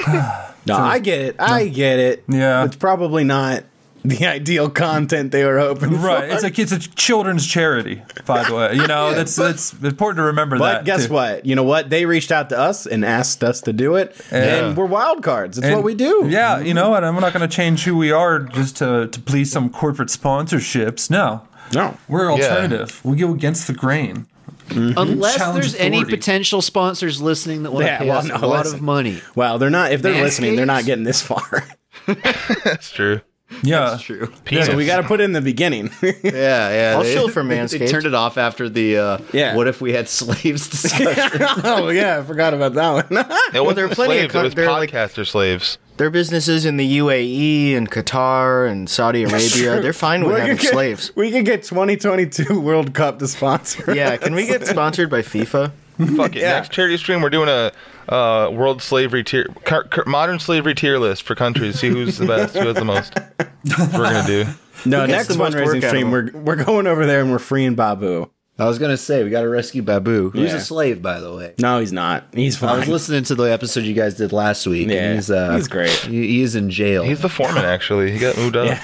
Speaker 1: no, I get it. I get it.
Speaker 4: Yeah.
Speaker 1: It's probably not the ideal content they were hoping for.
Speaker 4: Right, it's like it's a children's charity, by the way. You know that's that's important to remember
Speaker 1: But
Speaker 4: that.
Speaker 1: guess
Speaker 4: too.
Speaker 1: what? You know what? They reached out to us and asked us to do it. And we're wild cards. It's
Speaker 4: And-
Speaker 1: what we do.
Speaker 4: Yeah, you know, and I'm not going to change who we are just to to please some corporate sponsorships. No,
Speaker 1: No.
Speaker 4: we're alternative. We go against the grain.
Speaker 2: Unless
Speaker 4: Challenge
Speaker 2: there's any
Speaker 4: authority.
Speaker 2: potential sponsors listening that want to
Speaker 1: Yeah,
Speaker 2: pay
Speaker 1: well,
Speaker 2: us
Speaker 1: no,
Speaker 2: a lot
Speaker 1: listen.
Speaker 2: of money.
Speaker 1: Well, they're not if they're
Speaker 2: Man
Speaker 1: listening, they're not
Speaker 2: caves.
Speaker 1: getting this far.
Speaker 5: That's true.
Speaker 4: Yeah,
Speaker 2: True.
Speaker 1: so we gotta put it in the beginning.
Speaker 2: Yeah, yeah.
Speaker 3: I'll
Speaker 2: they,
Speaker 3: shill for
Speaker 2: they- They
Speaker 3: Manscaped.
Speaker 2: turned it off after the uh,
Speaker 1: Yeah.
Speaker 2: what if we had slaves discussion.
Speaker 1: oh yeah, I forgot about that one.
Speaker 5: It wasn't
Speaker 3: there are plenty
Speaker 5: slaves.
Speaker 3: of co-
Speaker 5: it was
Speaker 3: there are, like-
Speaker 5: podcaster slaves.
Speaker 3: Their businesses in the UAE and Qatar and Saudi Arabia, they're fine with
Speaker 1: We
Speaker 3: having
Speaker 1: could get-
Speaker 3: slaves.
Speaker 1: We could get 2022 World Cup to sponsor.
Speaker 3: Yeah, can we get sponsored by FIFA?
Speaker 5: Fuck it. Next charity stream, we're doing a uh, world slavery tier, cur- cur- modern slavery tier list for countries. See who's the best, who has the most. That's what we're gonna do.
Speaker 1: No, next
Speaker 3: gets the most work out
Speaker 1: fundraising
Speaker 3: of
Speaker 1: stream, we're we're going over there and we're freeing Babu.
Speaker 2: I was gonna say we got to rescue Babu. He's
Speaker 1: Yeah.
Speaker 2: a slave, by the way.
Speaker 1: No, he's not. He's
Speaker 2: I was
Speaker 1: fine.
Speaker 2: listening to the episode you guys did last week.
Speaker 1: Yeah,
Speaker 2: and he's uh,
Speaker 1: he's great.
Speaker 2: He, he is in jail.
Speaker 5: He's the foreman, actually. He got moved up.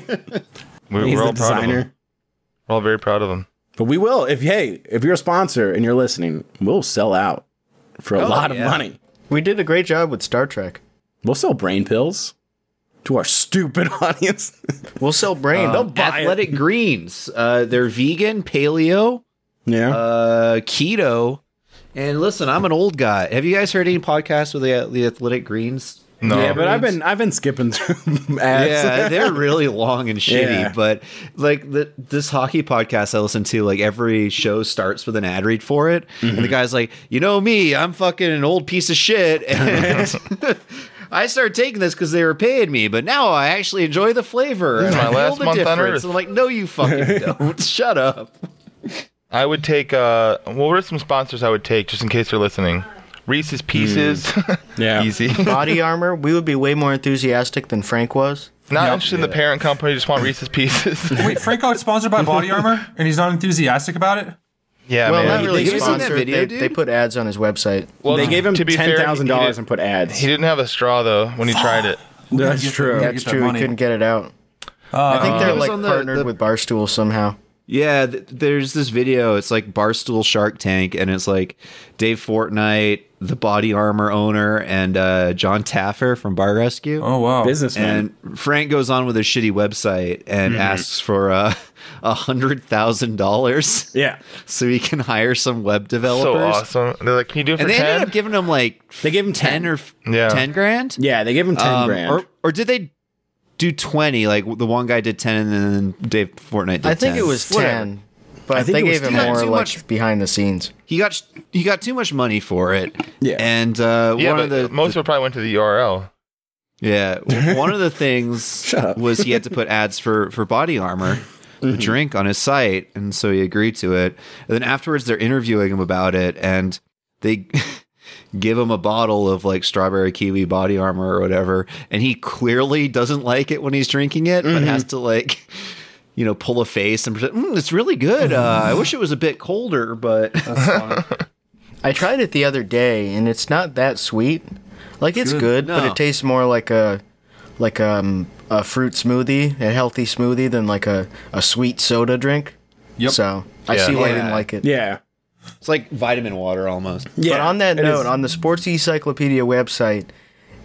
Speaker 5: We,
Speaker 1: He's
Speaker 5: we're
Speaker 1: the
Speaker 5: all proud of him.
Speaker 1: designer.
Speaker 5: We're all very proud of him.
Speaker 1: But we will if hey, if you're a sponsor and you're listening, we'll sell out for a lot
Speaker 2: Oh, yeah.
Speaker 1: of money.
Speaker 3: We did a great job with Star Trek.
Speaker 1: We'll sell brain pills to our stupid audience.
Speaker 3: We'll sell brain.
Speaker 1: They'll buy it.
Speaker 2: Athletic greens. Uh, they're vegan, paleo,
Speaker 1: Yeah.
Speaker 2: uh, keto. And listen, I'm an old guy. Have you guys heard any podcasts with the, the Athletic Greens?
Speaker 5: No,
Speaker 1: yeah, but I've been I've been skipping through ads.
Speaker 2: Yeah, they're really long and shitty.
Speaker 1: Yeah.
Speaker 2: But like the, this hockey podcast I listen to, like every show starts with an ad read for it,
Speaker 5: Mm-hmm.
Speaker 2: and the guy's like, "You know me, I'm fucking an old piece of shit." And I started taking this because they were paying me, but now I actually enjoy the flavor. and
Speaker 5: is
Speaker 2: I
Speaker 5: my
Speaker 2: feel
Speaker 5: last
Speaker 2: the
Speaker 5: month on
Speaker 2: difference."
Speaker 5: Earth.
Speaker 2: I'm like, "No, you fucking don't. Shut up."
Speaker 5: I would take. Uh, well, what are some sponsors I would take just in case they're listening? Reese's Pieces.
Speaker 1: Yeah.
Speaker 5: Easy.
Speaker 3: Body armor. We would be way more enthusiastic than Frank was.
Speaker 5: Not interested in the parent company. Just want Reese's Pieces.
Speaker 4: Wait, Franco is sponsored by Body Armor, and he's not enthusiastic about it.
Speaker 5: yeah,
Speaker 3: Well,
Speaker 5: man.
Speaker 3: not really
Speaker 2: Did you see that
Speaker 3: sponsored.
Speaker 2: video,
Speaker 3: they,
Speaker 2: dude?
Speaker 3: they put ads on his website.
Speaker 5: Well,
Speaker 1: they gave him
Speaker 5: to be fair, he-
Speaker 1: ten thousand
Speaker 5: he
Speaker 1: dollars
Speaker 5: didn't-
Speaker 1: and put ads.
Speaker 5: He didn't have a straw though when he tried it.
Speaker 1: That's
Speaker 2: Oh,
Speaker 1: true.
Speaker 4: Yeah,
Speaker 3: It's
Speaker 4: get that
Speaker 3: true.
Speaker 4: money.
Speaker 3: He couldn't get it out. I think
Speaker 2: It
Speaker 3: they're
Speaker 2: Uh, was
Speaker 3: like
Speaker 2: on the-
Speaker 3: partnered
Speaker 2: the-
Speaker 3: with Barstool somehow.
Speaker 2: Yeah, th- there's this video. It's like Barstool Shark Tank, and it's like Dave Fortnite, the body armor owner, and uh, John Taffer from Bar Rescue.
Speaker 4: Oh wow.
Speaker 1: Businessman.
Speaker 2: And Frank goes on with his shitty website and
Speaker 5: Mm-hmm.
Speaker 2: asks for uh, a hundred thousand dollars
Speaker 1: yeah.
Speaker 2: so he can hire some web
Speaker 5: So
Speaker 2: developers.
Speaker 5: awesome. They're like, can you do it for
Speaker 2: And they ended
Speaker 5: ten?
Speaker 2: up giving him like
Speaker 1: They gave him
Speaker 2: ten
Speaker 1: 10.
Speaker 2: or f-
Speaker 5: Yeah.
Speaker 2: ten grand.
Speaker 1: Yeah, they gave him ten
Speaker 2: Um,
Speaker 1: grand.
Speaker 2: Or or did they do twenty? Like the one guy did ten, and then Dave Fortnite did.
Speaker 3: I think
Speaker 2: 10.
Speaker 3: it was
Speaker 1: Whatever.
Speaker 3: ten, but
Speaker 1: I think
Speaker 3: they
Speaker 1: it was
Speaker 3: gave him
Speaker 1: 10.
Speaker 3: more
Speaker 2: Too
Speaker 3: like
Speaker 2: much-
Speaker 3: behind the scenes.
Speaker 2: he got sh- he got too much money for it.
Speaker 1: Yeah.
Speaker 2: and uh,
Speaker 5: yeah,
Speaker 2: one
Speaker 5: but
Speaker 2: of the
Speaker 5: most of it probably went to the URL.
Speaker 2: Yeah, w- one of the things
Speaker 1: Shut up. Mm-hmm.
Speaker 2: was he had to put ads for for body armor, the drink on his site, and so he agreed to it. And then afterwards, they're interviewing him about it, and they give him a bottle of like strawberry kiwi body armor or whatever, and he clearly doesn't like it when he's drinking it, but
Speaker 1: Mm-hmm.
Speaker 2: has to like. You know, pull a face and pretend, mm, it's really good. Uh, I wish it was a bit colder, but
Speaker 1: Uh-huh.
Speaker 3: I tried it the other day, and it's not that sweet. Like it's good, but
Speaker 2: No.
Speaker 3: it tastes more like a like um, a fruit smoothie, a healthy smoothie, than like a, a sweet soda drink.
Speaker 4: Yep.
Speaker 3: So I
Speaker 5: Yeah.
Speaker 3: see why I
Speaker 2: Yeah.
Speaker 3: didn't like it.
Speaker 1: yeah.
Speaker 2: it's like vitamin water almost.
Speaker 1: Yeah.
Speaker 3: But on that
Speaker 1: it
Speaker 3: note,
Speaker 1: is-
Speaker 3: on the Sports Encyclopedia website,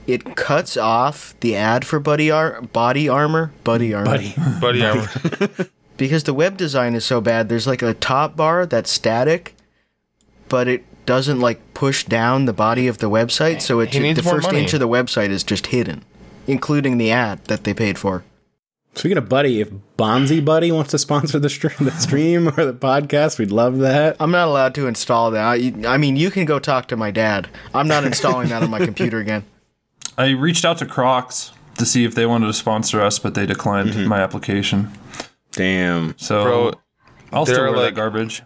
Speaker 3: it cuts off the ad for Buddy Ar- Body Armor, Buddy Armor,
Speaker 1: buddy.
Speaker 5: Buddy armor.
Speaker 3: because the web design is so bad. There's like a top bar that's static, but it doesn't like push down the body of the website, so it
Speaker 5: He
Speaker 3: ju-
Speaker 5: needs
Speaker 3: the
Speaker 5: more
Speaker 3: first
Speaker 5: money.
Speaker 3: inch of the website is just hidden, including the ad that they paid for.
Speaker 1: Speaking of buddy, if Bonzi Buddy wants to sponsor the stream, the stream or the podcast, we'd love that.
Speaker 3: I'm not allowed to install that. I, I mean, you can go talk to my dad. I'm not installing that on my computer again.
Speaker 4: I reached out to Crocs to see if they wanted to sponsor us, but they declined my application.
Speaker 1: Damn.
Speaker 4: So
Speaker 5: Bro,
Speaker 4: I'll
Speaker 5: they're
Speaker 4: still wear
Speaker 5: like-
Speaker 4: that garbage.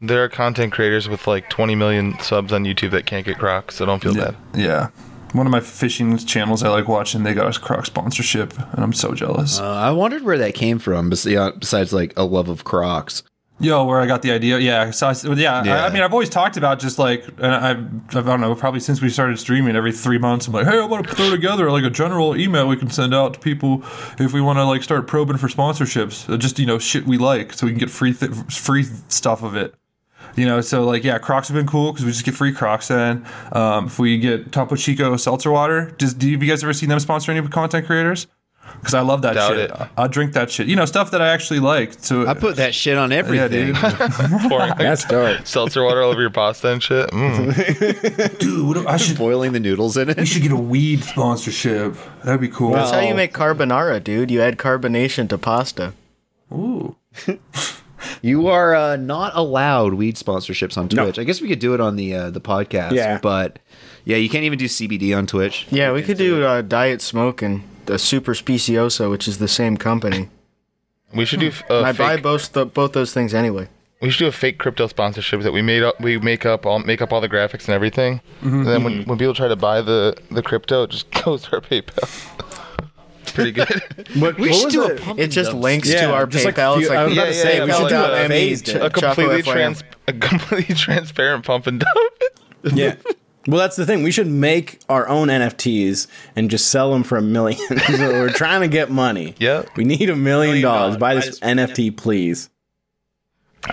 Speaker 5: there are content creators with like 20 million subs on YouTube that can't get Crocs, so don't feel
Speaker 4: Yeah.
Speaker 5: bad.
Speaker 4: yeah. One of my fishing channels I like watching, they got a Croc sponsorship, and I'm so jealous.
Speaker 2: Uh, I wondered where that came from. bes- yeah, Besides, like a love of Crocs.
Speaker 4: Yo, where I got the idea? Yeah, so I, so yeah.
Speaker 2: Yeah.
Speaker 4: I, I mean, I've always talked about just like and I, I don't know, probably since we started streaming, every three months, I'm like, hey, I want to throw together like a general email we can send out to people if we want to like start probing for sponsorships, Uh, just you know, shit we like, so we can get free th- free stuff of it. You know, so like, yeah, Crocs have been cool because we just get free Crocs in. Um, if we get Topo Chico seltzer water, just do you guys ever seen them sponsor any content creators? Because I love that
Speaker 5: Doubt
Speaker 4: shit.
Speaker 5: it.
Speaker 4: I drink that shit. You know, stuff that I actually like. So
Speaker 2: I put that shit on
Speaker 4: yeah,
Speaker 2: everything.
Speaker 4: dude.
Speaker 5: Pouring like,
Speaker 1: That's dope.
Speaker 5: seltzer water all over your pasta and shit. Mm.
Speaker 4: Dude, I should
Speaker 2: boiling the noodles in
Speaker 4: we
Speaker 2: it.
Speaker 4: should get a weed sponsorship. That'd be cool.
Speaker 3: That's how you make carbonara, dude. You add carbonation to pasta.
Speaker 4: Ooh.
Speaker 2: You are uh, not allowed weed sponsorships on Twitch. I guess we could do it on the uh, the podcast.
Speaker 1: Yeah.
Speaker 2: but yeah, you can't even do CBD on Twitch.
Speaker 3: Yeah, we could do uh, Diet Smoke and the Super Speciosa, which is the same company.
Speaker 5: We should do. f- Uh,
Speaker 3: And I buy
Speaker 5: fake,
Speaker 3: both the, both those things anyway.
Speaker 5: We should do a fake crypto sponsorship that we made up. We make up all make up all the graphics and everything.
Speaker 1: Mm-hmm.
Speaker 5: And then when, when people try to buy the the crypto, it just goes to our PayPal. It's pretty good.
Speaker 1: What,
Speaker 2: We
Speaker 1: what
Speaker 2: should
Speaker 1: was
Speaker 2: do a
Speaker 1: it?
Speaker 2: pumpkin
Speaker 3: It just
Speaker 2: dump.
Speaker 3: links
Speaker 1: Yeah,
Speaker 3: to our
Speaker 1: just like
Speaker 3: PayPal.
Speaker 1: few-
Speaker 3: it's
Speaker 1: I was
Speaker 3: like
Speaker 1: about to
Speaker 5: Yeah,
Speaker 1: say
Speaker 5: yeah,
Speaker 1: we
Speaker 5: yeah,
Speaker 1: should do
Speaker 5: like,
Speaker 1: a
Speaker 5: uh,
Speaker 1: phase.
Speaker 3: a
Speaker 5: a
Speaker 1: check.
Speaker 5: completely
Speaker 3: FYM.
Speaker 5: trans a completely transparent pump and dump.
Speaker 1: Yeah. Well, that's the thing. We should make our own NFTs and just sell them for a million. so we're trying to get money.
Speaker 5: Yep.
Speaker 1: We need a million dollars. Buy this NFT, please.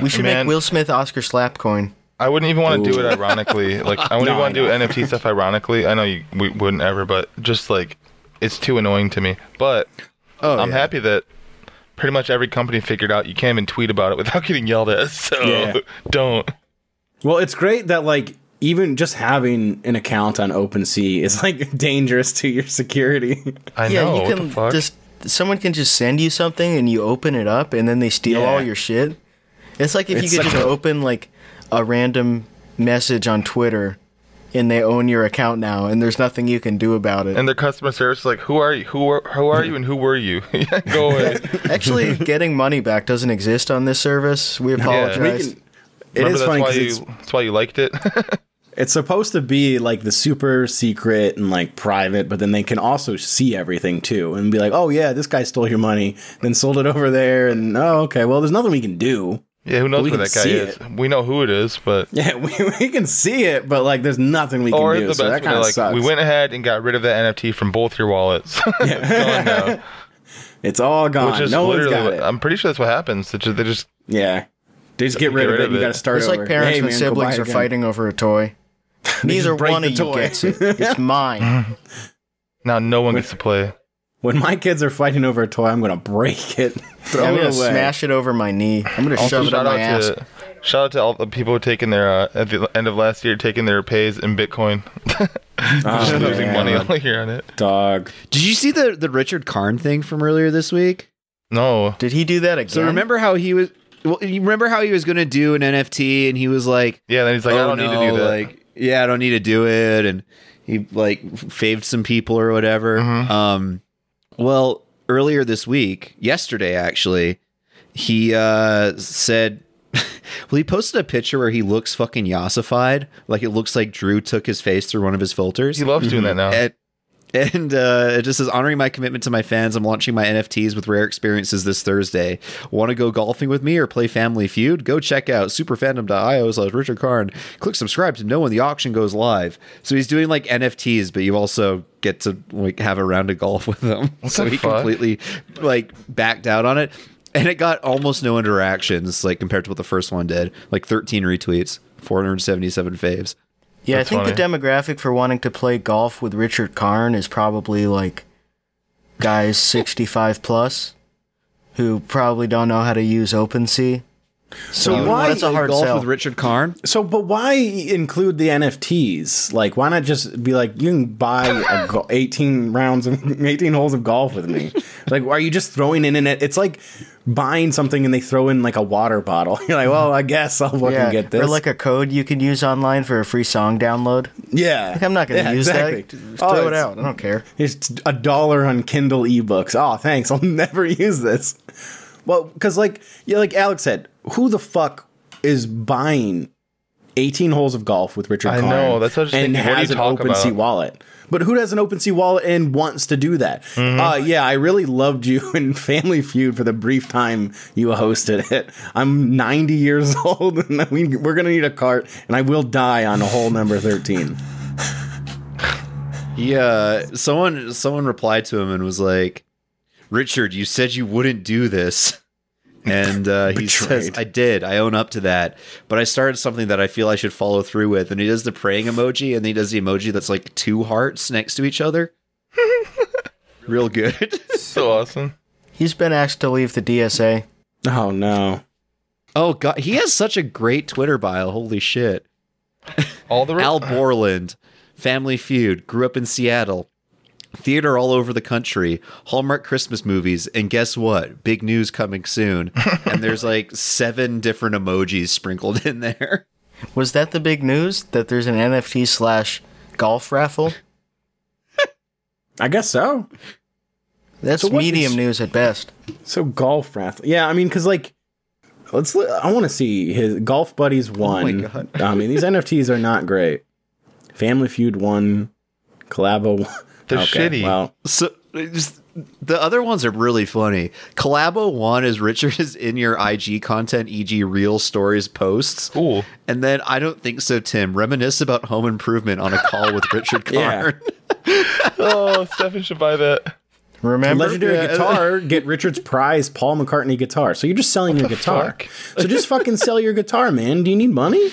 Speaker 3: we should
Speaker 5: Man.
Speaker 3: make Will Smith Oscar slap coin.
Speaker 5: I wouldn't even want to do
Speaker 1: Ooh.
Speaker 5: it ironically. Like I wouldn't
Speaker 1: No,
Speaker 5: even want to
Speaker 1: I
Speaker 5: do NFT stuff ironically. I know you we wouldn't ever, but just like it's too annoying to me. But
Speaker 2: Oh,
Speaker 5: I'm
Speaker 2: yeah.
Speaker 5: happy that pretty much every company figured out you can't even tweet about it without getting yelled at. So
Speaker 1: Yeah.
Speaker 5: don't.
Speaker 1: Well, it's great that like even just having an account on OpenSea is like dangerous to your security.
Speaker 5: I
Speaker 3: Yeah,
Speaker 5: know.
Speaker 3: you
Speaker 5: what
Speaker 3: can
Speaker 5: the fuck?
Speaker 3: just someone can just send you something and you open it up and then they steal
Speaker 1: Yeah.
Speaker 3: all your shit. It's like if
Speaker 1: It's
Speaker 3: you could
Speaker 1: like
Speaker 3: just
Speaker 1: a-
Speaker 3: open like a random message on Twitter and they own your account now and there's nothing you can do about it.
Speaker 5: and their customer service is like, who are you? Who are who are you? And who were you? yeah, go away.
Speaker 3: Actually, getting money back doesn't exist on this service. We apologize.
Speaker 1: We can- It
Speaker 5: Remember
Speaker 1: is
Speaker 5: that's
Speaker 1: funny
Speaker 5: why
Speaker 1: 'cause
Speaker 5: you
Speaker 1: it's,
Speaker 5: that's why you liked it.
Speaker 1: it's supposed to be like the super secret and like private, but then they can also see everything too and be like, oh yeah, this guy stole your money, then sold it over there, and oh okay, well there's nothing we can do.
Speaker 5: yeah, who knows
Speaker 1: we
Speaker 5: where
Speaker 1: can
Speaker 5: that guy
Speaker 1: see
Speaker 5: is? We know who it is, but
Speaker 1: Yeah, we, we can see it, but like there's nothing we can
Speaker 5: or the
Speaker 1: do.
Speaker 5: best
Speaker 1: So
Speaker 5: one,
Speaker 1: that kind
Speaker 5: they're
Speaker 1: of
Speaker 5: like
Speaker 1: sucks.
Speaker 5: we went ahead and got rid of that NFT from both your wallets. It's gone now.
Speaker 1: It's all gone.
Speaker 5: Which is
Speaker 1: no one's
Speaker 5: literally,
Speaker 1: got
Speaker 5: what-
Speaker 1: it.
Speaker 5: I'm pretty sure that's what happens. They just, they just
Speaker 1: yeah, they just get rid,
Speaker 5: rid
Speaker 1: of it.
Speaker 5: of
Speaker 1: You
Speaker 5: it.
Speaker 1: got to start
Speaker 3: It's
Speaker 1: over.
Speaker 3: like parents
Speaker 1: Hey,
Speaker 3: when
Speaker 1: man, go buy
Speaker 3: siblings
Speaker 1: a
Speaker 3: are
Speaker 1: gun.
Speaker 3: fighting over a toy. Neither
Speaker 1: just break
Speaker 3: one
Speaker 1: the
Speaker 3: of you
Speaker 1: toy.
Speaker 3: gets it. It's mine.
Speaker 5: now no one gets to play.
Speaker 1: When my kids are fighting over a toy, I'm gonna break it, throw
Speaker 3: I'm
Speaker 1: it
Speaker 3: gonna
Speaker 1: away.
Speaker 3: smash it over my knee. I'm gonna
Speaker 5: Also,
Speaker 3: shove it up
Speaker 5: shout
Speaker 3: my
Speaker 5: out
Speaker 3: ass.
Speaker 5: to shout out to all the people taking their uh, at the end of last year taking their pays in Bitcoin,
Speaker 1: Oh,
Speaker 5: just losing
Speaker 1: man.
Speaker 5: money all year on it.
Speaker 1: Dog.
Speaker 2: Did you see the the Richard Karn thing from earlier this week?
Speaker 5: No,
Speaker 3: Did he do that again?
Speaker 2: So remember how he was? Well, you remember how he was going to do an NFT, and he was like,
Speaker 5: yeah. Then he's like, I
Speaker 2: "Oh,
Speaker 5: don't need to
Speaker 2: no,
Speaker 5: do that.
Speaker 2: Like, yeah, I don't need to do it, and he like faved some people or whatever.
Speaker 5: Mm-hmm.
Speaker 2: Um, well, earlier this week, yesterday actually, he uh said. Well, he posted a picture where he looks fucking yassified. Like it looks like Drew took his face through one of his filters.
Speaker 5: he loves doing that
Speaker 1: Mm-hmm.
Speaker 5: now.
Speaker 2: And, and uh, it just says, honoring my commitment to my fans, I'm launching my NFTs with rare experiences this Thursday. Want to go golfing with me or play Family Feud? Go check out superfandom.io slash Richard Karn. Click subscribe to know when the auction goes live. So he's doing like NFTs, but you also get to like have a round of golf with them. so
Speaker 5: the
Speaker 2: he
Speaker 5: fuck?
Speaker 2: completely like backed out on it. And it got almost no interactions, like compared to what the first one did. Like 13 retweets, 477 faves.
Speaker 3: Yeah, I
Speaker 5: That's
Speaker 3: think the
Speaker 5: funny.
Speaker 3: demographic for wanting to play golf with Richard Karn is probably like guys 65 plus who probably don't know how to use OpenSea. So,
Speaker 1: why
Speaker 3: that's a hard
Speaker 2: golf
Speaker 3: sell.
Speaker 2: with Richard Karn?
Speaker 1: So, but why include the NFTs? Like, why not just be like, you can buy a go- 18 rounds of 18 holes of golf with me? Like, are you just throwing in an? It's like buying something and they throw in like a water bottle. You're like, well, I guess I'll fucking
Speaker 3: yeah,
Speaker 1: get this.
Speaker 3: or like a code you can use online for a free song download.
Speaker 1: yeah,
Speaker 3: Like, I'm not going to
Speaker 1: Yeah,
Speaker 3: use that.
Speaker 1: exactly.
Speaker 3: Just
Speaker 1: Oh,
Speaker 3: Throw it
Speaker 1: it's-
Speaker 3: out. I don't care.
Speaker 1: It's a dollar on Kindle ebooks. Oh, thanks. I'll never use this. Well, because like yeah, like Alex said, who the fuck is buying eighteen holes of golf with Richard?
Speaker 5: I
Speaker 1: Karn
Speaker 5: know, that's what I was
Speaker 1: and
Speaker 5: thinking. What do
Speaker 1: has
Speaker 5: you
Speaker 1: an
Speaker 5: talk
Speaker 1: OpenSea
Speaker 5: about?
Speaker 1: wallet. But who has an OpenSea wallet and wants to do that?
Speaker 5: Mm-hmm.
Speaker 1: Uh, yeah, I really loved you in Family Feud for the brief time you hosted it. I'm 90 years old, and we, we're gonna need a cart, and I will die on hole number 13.
Speaker 2: Yeah, uh, someone someone replied to him and was like, "Richard, you said you wouldn't do this." And uh, he says,
Speaker 1: Betrayed.
Speaker 2: "I did. I own up to that. But I started something that I feel I should follow through with." And he does the praying emoji, and then he does the emoji that's like two hearts next to each other. Real good.
Speaker 5: so awesome.
Speaker 3: He's been asked to leave the DSA.
Speaker 1: Oh no.
Speaker 2: oh god, he has such a great Twitter bio. Holy shit!
Speaker 5: All the
Speaker 2: Al Borland, Family Feud, grew up in Seattle, theater all over the country, Hallmark Christmas movies, and guess what? Big news coming soon. and there's like seven different emojis sprinkled in there.
Speaker 3: Was that the big news? That there's an NFT slash golf raffle?
Speaker 1: I guess so.
Speaker 3: That's
Speaker 1: So what
Speaker 3: medium
Speaker 1: is-
Speaker 3: news at best.
Speaker 1: So golf raffle. Yeah, I mean, because like Let's. li- I want to see his golf buddies one.
Speaker 2: God.
Speaker 1: I mean, these NFTs are not great. Family Feud one, Collabo. One.
Speaker 5: They're shitty.
Speaker 1: Well,
Speaker 2: So just, the other ones are really funny. Collabo one is Richard is in your IG content, e.g., real stories posts.
Speaker 5: Cool.
Speaker 2: And then I don't think so, Tim. Reminisce about home improvement on a call with Richard
Speaker 1: Yeah.
Speaker 2: Karn.
Speaker 5: Oh, Stefan should buy that.
Speaker 3: Remember?
Speaker 1: legendary guitar. Get Richard's prize Paul McCartney guitar. So you're just selling your guitar.
Speaker 5: fuck?
Speaker 1: So just fucking sell your guitar, man. Do you need money?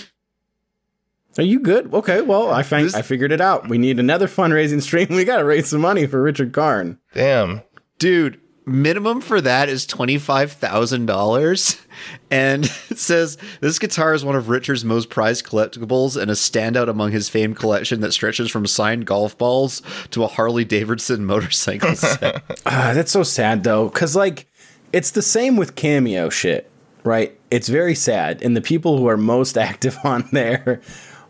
Speaker 1: Are you good? Okay, well, I fin-
Speaker 2: This-
Speaker 1: I figured it out. We need another fundraising stream. We got to raise some money for Richard Karn.
Speaker 5: Damn.
Speaker 2: Dude, minimum for that is $25,000. And it says this guitar is one of Richard's most prized collectibles and a standout among his famed collection that stretches from signed golf balls to a Harley Davidson motorcycle set.
Speaker 1: Ah, that's so sad though, because like it's the same with cameo shit, right? It's very sad, and the people who are most active on there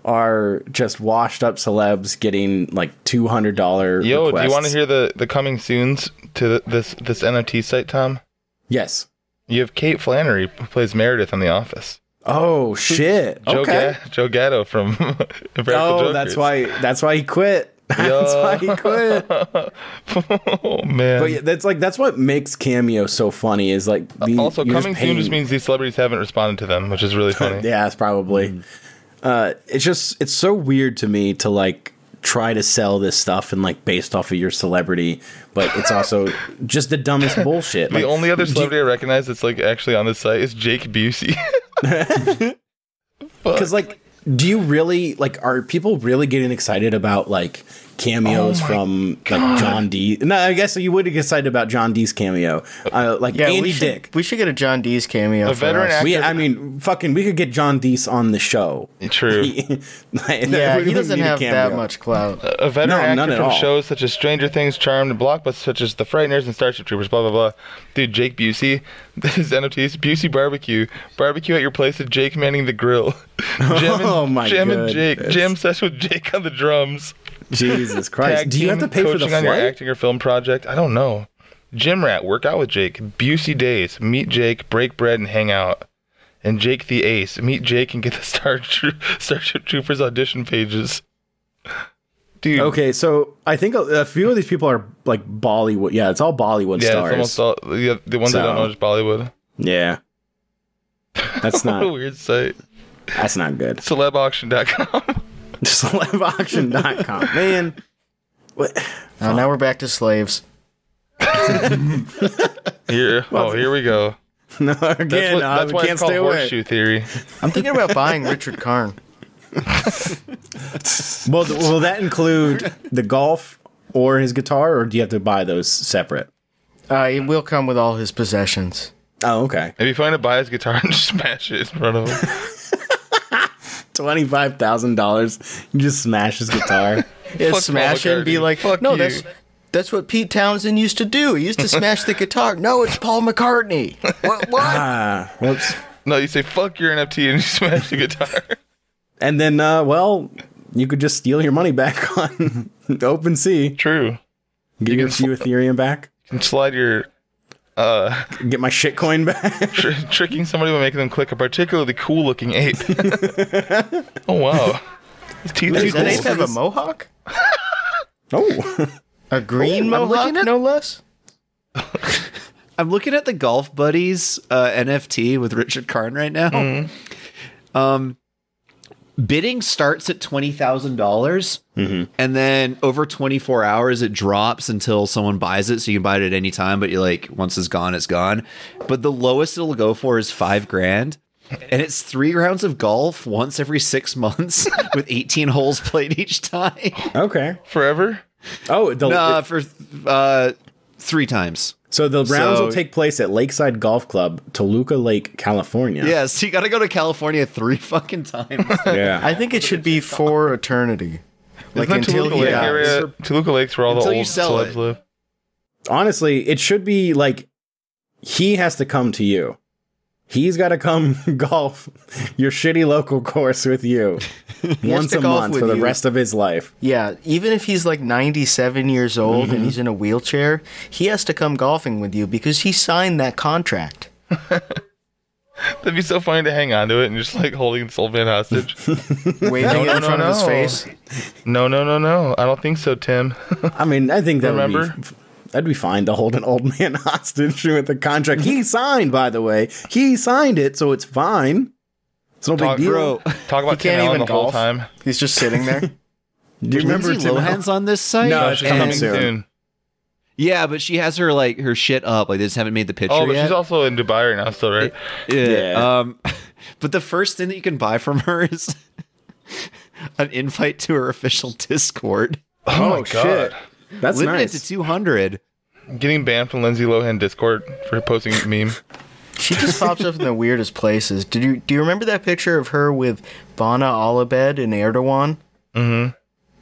Speaker 1: are just washed up celebs getting like two hundred dollar.
Speaker 5: Yo, do you want
Speaker 1: to
Speaker 5: to hear the the coming soons to th this this NFT site, Tom?
Speaker 1: Yes.
Speaker 5: You have Kate Flannery who plays Meredith on The Office.
Speaker 1: Oh shit.
Speaker 5: Joe,
Speaker 1: okay.
Speaker 5: Ga- Joe Gatto from Impractical
Speaker 1: Oh,
Speaker 5: Jokers.
Speaker 1: that's why. That's why he quit. that's why he quit.
Speaker 5: oh man.
Speaker 1: But yeah, that's like that's what makes cameo so funny is like the,
Speaker 5: Uh, also,
Speaker 1: you're just
Speaker 5: coming soon
Speaker 1: paying-
Speaker 5: just means these celebrities haven't responded to them, which is really funny.
Speaker 1: Yeah, it's probably.
Speaker 3: Mm.
Speaker 1: Uh, it's just it's so weird to me to like try to sell this stuff and like based off of your celebrity, but it's also just the dumbest bullshit.
Speaker 5: The
Speaker 1: Like,
Speaker 5: only other
Speaker 1: do you-
Speaker 5: celebrity I recognize that's like actually on this site is Jake Busey.
Speaker 1: Because like, do you really like? Are people really getting excited about like cameos from like John D? No, I guess you would get excited about John D's cameo, uh, like
Speaker 3: Yeah,
Speaker 1: Andy
Speaker 3: we should,
Speaker 1: Dick.
Speaker 3: We should get a John Dee's cameo.
Speaker 5: A
Speaker 3: for
Speaker 5: veteran
Speaker 3: us.
Speaker 5: actor.
Speaker 1: We, I mean, fucking, we could get John Deese on the show.
Speaker 5: True.
Speaker 3: Yeah,
Speaker 1: yeah,
Speaker 3: he doesn't have that much
Speaker 1: Uh,
Speaker 3: clout. Uh,
Speaker 5: a
Speaker 1: No,
Speaker 5: veteran
Speaker 1: none
Speaker 5: actor
Speaker 1: at
Speaker 5: from
Speaker 1: all.
Speaker 5: shows such as Stranger Things, Charmed, and blockbusters such as The Frighteners and Starship Troopers, blah blah blah. Dude, Jake Busey, this is NFTs. Busey barbecue, barbecue at your place with Jake manning the grill. Jim and,
Speaker 1: Oh, my
Speaker 5: Jim and Jake,
Speaker 1: goodness.
Speaker 5: Jim session with Jake on the drums.
Speaker 1: Jesus Christ!
Speaker 5: Tag
Speaker 1: Do you have to
Speaker 5: team
Speaker 1: pay for the
Speaker 5: coaching on your
Speaker 1: flight?
Speaker 5: acting or film project? I don't know. Gym rat, work out with Jake. Busey days, meet Jake, break bread and hang out. And Jake the Ace, meet Jake and get the Star Tro- Starship Troopers audition pages. Dude,
Speaker 1: Okay, so I think a, a few of these people are like Bollywood. Yeah, it's all Bollywood
Speaker 5: Yeah,
Speaker 1: stars.
Speaker 5: it's almost all yeah, the ones I don't
Speaker 1: So-
Speaker 5: know is Bollywood.
Speaker 1: yeah,
Speaker 5: What
Speaker 1: that's
Speaker 5: a
Speaker 1: not
Speaker 5: weird site.
Speaker 1: that's not good.
Speaker 5: Celebauction.com.
Speaker 1: Celebauction.com, man. What?
Speaker 3: Uh, now we're back to slaves.
Speaker 5: Here, oh, here we go.
Speaker 1: No,
Speaker 5: That's,
Speaker 1: again,
Speaker 5: what,
Speaker 1: uh,
Speaker 5: that's
Speaker 1: we
Speaker 5: why
Speaker 1: can't
Speaker 5: it's called
Speaker 1: stay away.
Speaker 5: horseshoe theory.
Speaker 3: I'm thinking about buying Richard Karn.
Speaker 1: Well, th- will that include the golf or his guitar, or do you have to buy those separate?
Speaker 3: Uh, it will come with all his possessions.
Speaker 1: Oh, okay.
Speaker 5: If you find a bias guitar and just smash it in front of him.
Speaker 1: Twenty five thousand dollars. You just smash his guitar.
Speaker 3: Yeah,
Speaker 5: Fuck
Speaker 3: smash
Speaker 5: Paul
Speaker 3: it and be
Speaker 5: McCartney.
Speaker 3: like,
Speaker 5: Fuck
Speaker 3: no,
Speaker 5: you."
Speaker 3: that's that's what Pete Townsend used to do. He used to smash the guitar. No, it's Paul McCartney. What? what?
Speaker 1: ah, whoops.
Speaker 5: No, you say fuck your NFT and you smash the guitar.
Speaker 1: And then, uh, well, you could just steal your money back on OpenSea.
Speaker 5: True.
Speaker 1: Get your few Ethereum back.
Speaker 5: And slide your uh
Speaker 1: Get my shitcoin back.
Speaker 5: tr- tricking somebody by making them click a particularly cool looking ape. oh wow. His teeth are
Speaker 3: Does that ape
Speaker 5: cool.
Speaker 3: have a mohawk?
Speaker 1: oh,
Speaker 3: A green
Speaker 2: I'm
Speaker 3: mohawk,
Speaker 2: looking at-
Speaker 3: no less.
Speaker 2: I'm looking at the Golf Buddies uh, NFT with Richard Karn right now. Um, bidding starts at twenty dollars, and then over twenty four hours it drops until someone buys it. So you can buy it at any time, but you like once it's gone, it's gone. But the lowest it'll go for is five grand. And it's three rounds of golf once every six months with 18 holes played each time.
Speaker 1: okay.
Speaker 5: forever?
Speaker 1: Oh, the,
Speaker 2: Uh, for uh, three times.
Speaker 1: so the rounds
Speaker 2: so-
Speaker 1: will take place at Lakeside Golf Club, Toluca Lake, California.
Speaker 2: Yes, you got to go to California three fucking times.
Speaker 1: yeah.
Speaker 3: I think it should be for eternity.
Speaker 5: Isn't
Speaker 3: Like
Speaker 5: that
Speaker 3: until
Speaker 5: Toluca
Speaker 3: he
Speaker 5: Lake
Speaker 3: dies.
Speaker 5: area? Toluca Lake's where all
Speaker 2: Until
Speaker 5: the
Speaker 2: you
Speaker 5: old
Speaker 2: sell
Speaker 5: celebs
Speaker 2: it.
Speaker 5: live.
Speaker 1: Honestly, it should be like he has to come to you. He's got to come golf your shitty local course with you once
Speaker 3: to
Speaker 1: a
Speaker 3: golf
Speaker 1: month
Speaker 3: with
Speaker 1: for the
Speaker 3: you.
Speaker 1: rest of his life.
Speaker 3: Yeah, even if he's like 97 years old
Speaker 5: Mm-hmm.
Speaker 3: and he's in a wheelchair, he has to come golfing with you because he signed that contract.
Speaker 5: That'd be so funny to hang on to it and just like holding this old man hostage.
Speaker 3: waving
Speaker 5: no,
Speaker 3: it in front
Speaker 5: no,
Speaker 3: of his
Speaker 5: no.
Speaker 3: face.
Speaker 5: No, no, no, no. I don't think so, Tim.
Speaker 1: I mean, I think that
Speaker 5: Remember?
Speaker 1: would be. That'd be fine to hold an old man hostage with the contract he signed, by the way. He signed it, so it's fine. It's no
Speaker 5: Talk-
Speaker 1: big deal.
Speaker 5: bro. Talk
Speaker 3: He
Speaker 5: about Tim
Speaker 3: can't
Speaker 5: Allen
Speaker 3: even
Speaker 5: the whole
Speaker 3: golf.
Speaker 5: time.
Speaker 3: He's just sitting there.
Speaker 1: Do you remember
Speaker 2: Lindsay
Speaker 1: Tim Allen?
Speaker 2: Lohan's on this site?
Speaker 1: No, it's
Speaker 2: And-
Speaker 1: coming soon.
Speaker 2: Yeah, but she has her like her shit up. Like they just haven't made the picture
Speaker 5: Oh, but
Speaker 2: yet.
Speaker 5: she's also in Dubai right now, still, right?
Speaker 2: yeah.
Speaker 1: Yeah.
Speaker 2: Um, but the first thing that you can buy from her is an invite to her official Discord,
Speaker 1: Oh,
Speaker 5: my
Speaker 1: shit.
Speaker 5: God.
Speaker 1: That's
Speaker 2: limited
Speaker 1: nice.
Speaker 2: to two hundred.
Speaker 5: Getting banned from Lindsay Lohan Discord for posting a meme.
Speaker 3: She just pops up in the weirdest places. Did you do you remember that picture of her with Bana Alabed and Erdogan? Mm-hmm.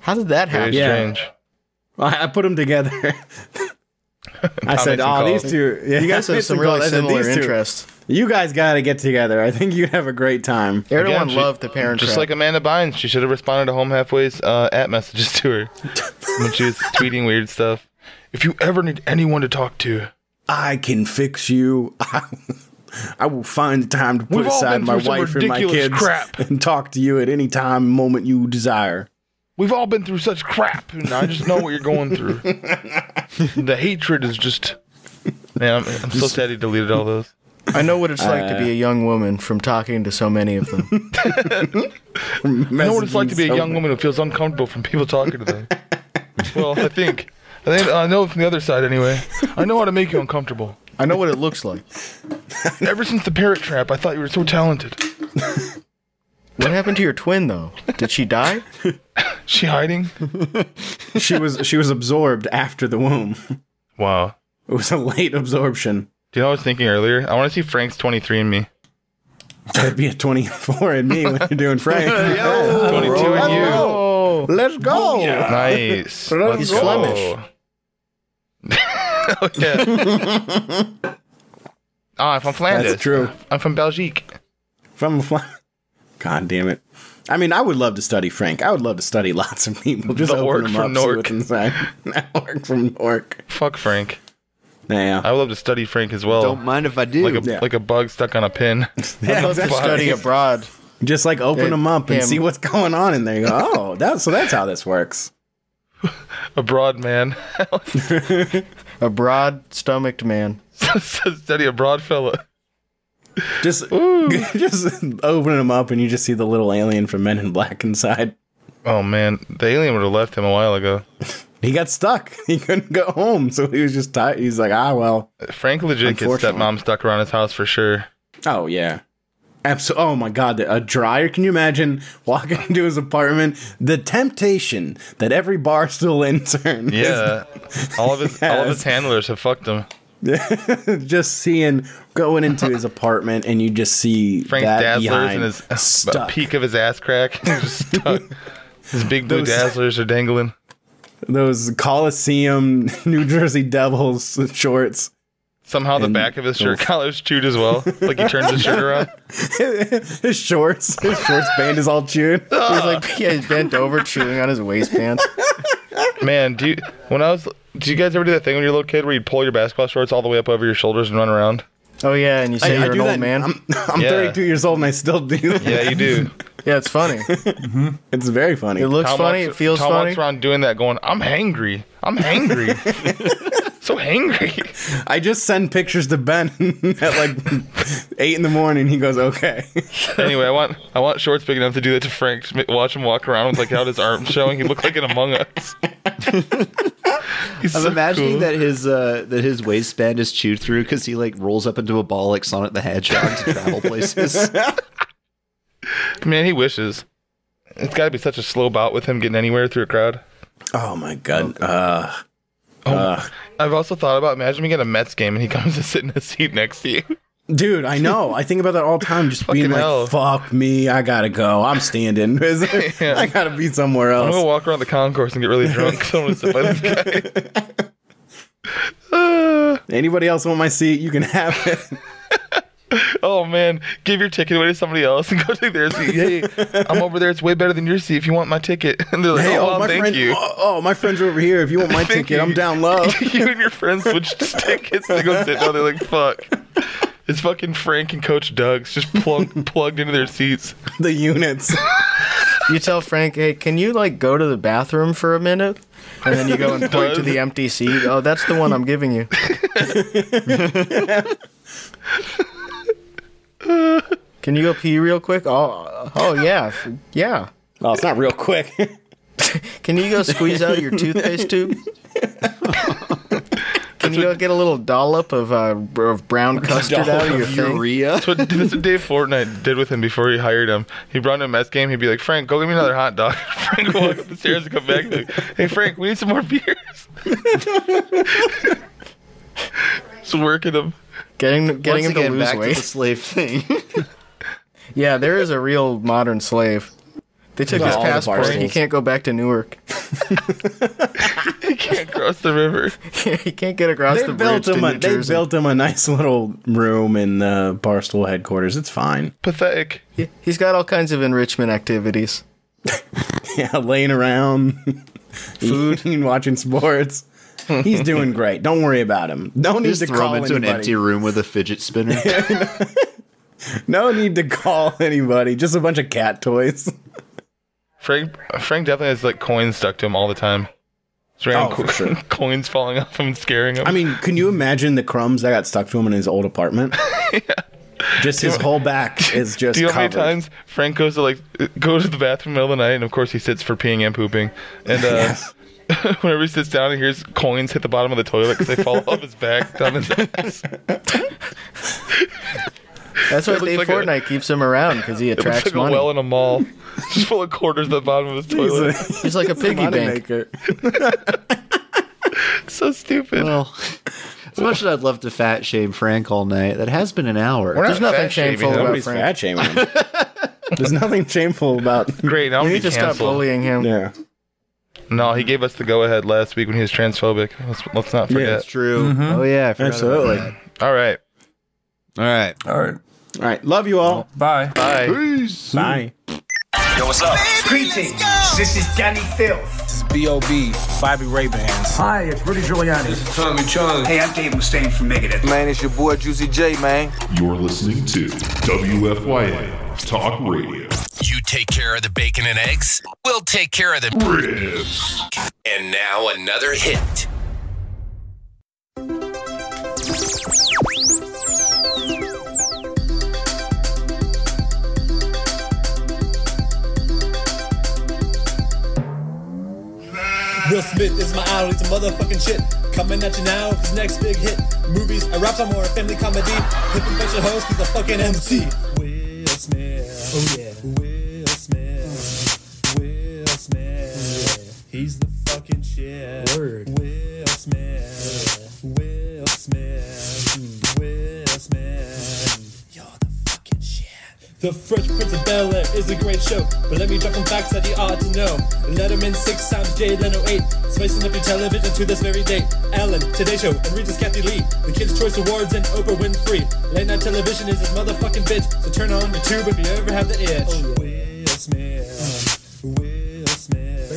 Speaker 3: How did that
Speaker 5: Very
Speaker 3: happen?
Speaker 1: Yeah.
Speaker 5: strange.
Speaker 1: I, I put them together. I said,
Speaker 5: make some
Speaker 1: "Oh,
Speaker 5: calls."
Speaker 1: these two. Yeah,
Speaker 3: You guys have some really similar interests.
Speaker 1: You guys got to get together. I think you'd have a great time."
Speaker 3: Erdogan
Speaker 5: Again, she-
Speaker 3: loved the parent
Speaker 5: Just
Speaker 3: trap.
Speaker 5: like Amanda Bynes, she should have responded to Home Halfway's uh, at messages to her when she was tweeting weird stuff. If you ever need anyone to talk to,
Speaker 1: I can fix you. I will find the time to put
Speaker 5: We've all
Speaker 1: aside
Speaker 5: been
Speaker 1: my
Speaker 5: through some
Speaker 1: wife and my
Speaker 5: ridiculous
Speaker 1: kids
Speaker 5: crap.
Speaker 1: and talk to you at any time, moment you desire.
Speaker 5: we've all been through such crap, and I just know what you're going through. the hatred is just. Man, I'm, I'm so sad he deleted all those.
Speaker 3: I know what it's like to
Speaker 1: Uh,
Speaker 3: be a young woman from talking to so many of them.
Speaker 5: I know what it's like to be
Speaker 1: Messaging
Speaker 5: a young
Speaker 1: so-
Speaker 5: woman who feels uncomfortable from people talking to them. well, I think. I think I know from the other side anyway. I know how to make you uncomfortable.
Speaker 3: I know what it looks like.
Speaker 5: Ever since the parrot trap, I thought you were so talented.
Speaker 3: What happened to your twin though? Did she die?
Speaker 5: She hiding?
Speaker 1: she was she was absorbed after the womb.
Speaker 5: Wow.
Speaker 1: It was a late absorption.
Speaker 5: Do you know what I was thinking earlier? I want to see Frank's 23 and me.
Speaker 1: That'd be a twenty-four in me when you're doing Frank.
Speaker 5: 22 and you.
Speaker 1: Oh, let's go.
Speaker 5: Nice. Let's
Speaker 1: Let's go.
Speaker 5: go. oh, yeah. Ah, I'm from Flanders.
Speaker 1: That's true.
Speaker 5: I'm from Belgique.
Speaker 1: From God damn it. I mean, I would love to study Frank. I would love to study lots of people. Just
Speaker 5: The
Speaker 1: open
Speaker 5: orc
Speaker 1: them
Speaker 5: from
Speaker 1: up, see
Speaker 5: Nork.
Speaker 1: what's inside. That orc from Nork.
Speaker 5: Fuck Frank. I
Speaker 1: Yeah.
Speaker 5: would love to study Frank as well.
Speaker 2: Don't mind if I do.
Speaker 5: Oh. like a
Speaker 1: Yeah.
Speaker 5: like a bug stuck on a pin.
Speaker 1: Yeah,
Speaker 3: Love to
Speaker 1: exactly.
Speaker 3: study abroad.
Speaker 1: Just like open
Speaker 3: It-
Speaker 1: them up and
Speaker 3: him.
Speaker 1: see what's going on in there. You go, oh, that, so that's how this works.
Speaker 5: a broad man.
Speaker 3: A broad stomached man.
Speaker 5: study a broad fella.
Speaker 1: Just, just open them up and you just see the little alien from Men in Black inside.
Speaker 5: Oh man, the alien would have left him a while ago.
Speaker 1: He got stuck. He couldn't go home, so he was just tired. He's like, ah, well.
Speaker 5: Frank legit gets
Speaker 1: Unfortunately.
Speaker 5: stepmom stuck around his house for sure.
Speaker 1: Oh yeah. Absolutely. Oh my God, a dryer. Can you imagine walking into his apartment? The temptation that every barstool intern
Speaker 5: Yeah, all of his all of
Speaker 1: Yes.
Speaker 5: his handlers have fucked him.
Speaker 1: is just seeing going into his apartment, and you just see
Speaker 5: Frank
Speaker 1: that
Speaker 5: Dazzlers
Speaker 1: behind
Speaker 5: and his
Speaker 1: stuck.
Speaker 5: peak of his ass crack. He's just stuck. his big blue
Speaker 1: Those-
Speaker 5: Dazzlers are dangling.
Speaker 1: Those Coliseum New Jersey Devils shorts.
Speaker 5: Somehow the
Speaker 1: And-
Speaker 5: back of his shirt collar's chewed as well. Like he turns his shirt around.
Speaker 1: his shorts. His shorts band is all chewed.
Speaker 3: He's like yeah, he's bent over chewing on his waistband.
Speaker 5: Man, do you when I was do you guys ever do that thing when you're a little kid where you pull your basketball shorts all the way up over your shoulders and run around?
Speaker 3: Oh yeah, and you say
Speaker 1: I
Speaker 3: you're an
Speaker 1: do
Speaker 3: old
Speaker 1: that-
Speaker 3: man.
Speaker 1: I'm, I'm
Speaker 5: Yeah.
Speaker 1: 32 years old and I still do. that.
Speaker 5: Yeah, you do.
Speaker 3: Yeah, it's funny.
Speaker 1: It's very funny.
Speaker 3: It looks funny.
Speaker 5: walks-
Speaker 3: It feels
Speaker 5: Tom
Speaker 3: funny.
Speaker 5: walks around doing that, going, "I'm hangry. I'm hangry. so hangry."
Speaker 1: I just send pictures to Ben at like eight in the morning. He goes, "Okay."
Speaker 5: anyway, I want I want shorts big enough to do that to Frank. Just ma- watch him walk around with like out his arms showing. He looked like an Among Us. He's
Speaker 2: I'm
Speaker 5: so
Speaker 2: imagining
Speaker 5: cool.
Speaker 2: that his uh, that his waistband is chewed through because he like rolls up into a ball like Sonic the Hedgehog to travel places.
Speaker 5: man. He wishes. It's got to be such a slow bout with him getting anywhere through a crowd.
Speaker 1: oh my god! Uh,
Speaker 5: I've also thought about imagine me at a Mets game and he comes to sit in a seat next to you.
Speaker 1: dude, I know. I think about that all the time. Just being
Speaker 5: Fucking
Speaker 1: like,
Speaker 5: hell.
Speaker 1: "Fuck me, I gotta go. I'm standing. I gotta be somewhere
Speaker 5: I'm gonna
Speaker 1: else."
Speaker 5: walk around the concourse and get really drunk. So I'm gonna sit by this guy. Uh,
Speaker 1: Anybody else want my seat? You can have it.
Speaker 5: Oh man, give your ticket away to somebody else and go take their seat. Hey, I'm over there. It's way better than your seat. If you want my ticket, and they're like,
Speaker 1: Hey,
Speaker 5: "Oh,
Speaker 1: oh,
Speaker 5: well,
Speaker 1: my
Speaker 5: thank
Speaker 1: friend.
Speaker 5: you."
Speaker 1: Oh, oh, my friends are over here. If you want my
Speaker 5: Thank
Speaker 1: ticket,
Speaker 5: you.
Speaker 1: I'm down low.
Speaker 5: you and your friends switched tickets. They go sit down. They're like, "Fuck." It's fucking Frank and Coach Doug's just plunk, plugged into their seats.
Speaker 1: the units.
Speaker 3: You tell Frank, hey, can you like go to the bathroom for a minute? And then you go and point to the empty seat. Oh, that's the one I'm giving you. can you go pee real quick? Oh, oh yeah, f- yeah.
Speaker 1: Oh, it's not real quick.
Speaker 3: Can you go squeeze out your toothpaste tube? Can you go get a little dollop of, uh, br- of brown custard out of your thing?
Speaker 2: Urea.
Speaker 5: That's what, that's what Dave Fortnite did with him before he hired him. He brought him a mess game. He'd be like, Frank, go get me another hot dog. Frank would walk up the stairs and come back. And be like, hey, Frank, we need some more beers. Just working him.
Speaker 3: Getting getting
Speaker 2: Once
Speaker 3: him to
Speaker 2: again,
Speaker 3: lose
Speaker 2: back
Speaker 3: weight.
Speaker 2: to the slave thing.
Speaker 3: Yeah, there is a real modern slave. They took his
Speaker 1: all the
Speaker 3: passport. He
Speaker 1: parcels.
Speaker 3: can't go back to Newark.
Speaker 5: He can't cross the river.
Speaker 3: he can't get across
Speaker 1: they
Speaker 3: the bridge
Speaker 1: built
Speaker 3: to
Speaker 1: him. A,
Speaker 3: New
Speaker 1: they
Speaker 3: Jersey.
Speaker 1: built him a nice little room in the Barstool headquarters. It's fine.
Speaker 5: Pathetic.
Speaker 3: He- He's got all kinds of enrichment activities.
Speaker 1: Yeah, laying around, eating, watching sports. He's doing great. Don't worry about him. No need
Speaker 2: Just
Speaker 1: to
Speaker 2: throw
Speaker 1: call
Speaker 2: him into an
Speaker 1: anybody.
Speaker 2: empty room with a fidget spinner.
Speaker 1: No need to call anybody. Just a bunch of cat toys.
Speaker 5: Frank Frank definitely has like coins stuck to him all the time. Just random
Speaker 1: Oh, for
Speaker 5: co-
Speaker 1: sure.
Speaker 5: coins falling off him and scaring him.
Speaker 1: I mean, can you imagine the crumbs that got stuck to him in his old apartment? Just his whole back is just
Speaker 5: Do you know how many
Speaker 1: covered.
Speaker 5: times Frank goes to like goes to the bathroom in the middle of the night, and of course he sits for peeing and pooping, and uh, whenever he sits down, he hears coins hit the bottom of the toilet because they fall off his back down his ass.
Speaker 3: That's why
Speaker 5: It looks
Speaker 3: Dave
Speaker 5: like a-
Speaker 3: Fortnite keeps him around because he
Speaker 5: It's
Speaker 3: attracts
Speaker 5: like
Speaker 3: money.
Speaker 5: a well in a mall, just full of quarters at the bottom of his toilet.
Speaker 3: He's like a piggy
Speaker 1: Money
Speaker 3: bank.
Speaker 1: maker.
Speaker 5: It's so stupid.
Speaker 2: well, as much as I'd love to fat shame Frank all night, that has been an hour.
Speaker 5: We're not
Speaker 3: There's nothing
Speaker 5: fat shaming
Speaker 3: shameful
Speaker 5: him.
Speaker 3: about
Speaker 1: Nobody's
Speaker 3: Frank.
Speaker 1: fat shaming him. There's nothing shameful about.
Speaker 5: Great, now
Speaker 3: We
Speaker 5: we
Speaker 3: need to stop
Speaker 5: canceled.
Speaker 3: bullying him.
Speaker 1: Yeah.
Speaker 5: No, he gave us the go ahead last week when he was transphobic. Let's, let's not forget.
Speaker 2: That's true.
Speaker 3: Oh yeah, I forgot about
Speaker 1: Absolutely.
Speaker 3: that.
Speaker 5: All right,
Speaker 2: All right.
Speaker 4: All right.
Speaker 1: All right. Love you all.
Speaker 4: Bye.
Speaker 5: bye.
Speaker 1: Bye.
Speaker 8: Yo, what's up?
Speaker 9: Greetings. This is Danny Phil.
Speaker 10: B.O.B. Bobby Raybans.
Speaker 9: Hi, it's Rudy Giuliani.
Speaker 10: Tommy Chung.
Speaker 9: Hey, I'm Dave Mustaine from Megadeth.
Speaker 10: Man, it's your boy Juicy J, man.
Speaker 6: You're listening to WFYA Talk Radio.
Speaker 11: You take care of the bacon and eggs. We'll take care of the.
Speaker 6: Ribs.
Speaker 11: And now another hit.
Speaker 10: Will Smith is my idol, he's a motherfucking shit. Coming at you now with his next big hit. Movies, I rap some more, family comedy. Hip invention host, he's a fucking MC. Will Smith. Oh yeah. Will Smith. Will Smith. He's the fucking shit. Word. Will Smith. Will Smith. Will Smith. You're the fucking shit. The Fresh Prince of Bel Air is a great show, but let me drop some facts that you ought to know. Letterman six times, Jay Leno eight, spicing up your television to this very day. Ellen, Today Show, and Regis Kathy Lee, the Kids Choice Awards, and Oprah Winfrey. Late night television is this motherfucking bitch, so turn on your tube if you ever have the itch. Will Smith, Will Smith,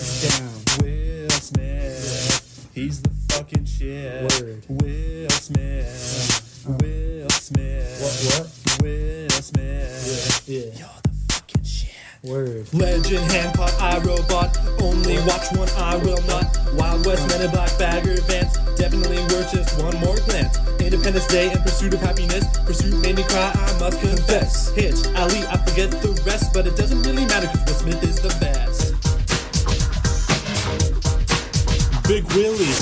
Speaker 10: Will Smith, he's the fucking shit. Will Smith, Will Smith, Uh. what what? Will Smith. You're the fucking shit. Word. Legend, Hancock, iRobot. Only watch one, I will not. Wild West, Men in Black, Bagger, Vance. Definitely worth just one more glance. Independence Day in pursuit of happiness. Pursuit made me cry, I must confess. Hitch, Ali, I forget the rest, but it doesn't really matter because Will Smith is the best. Big Willie.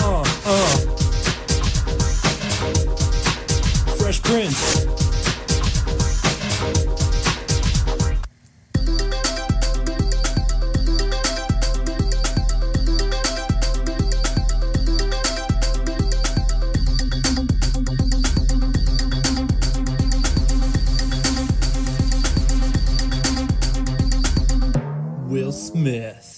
Speaker 10: Uh, uh. Fresh Prince. Will Smith.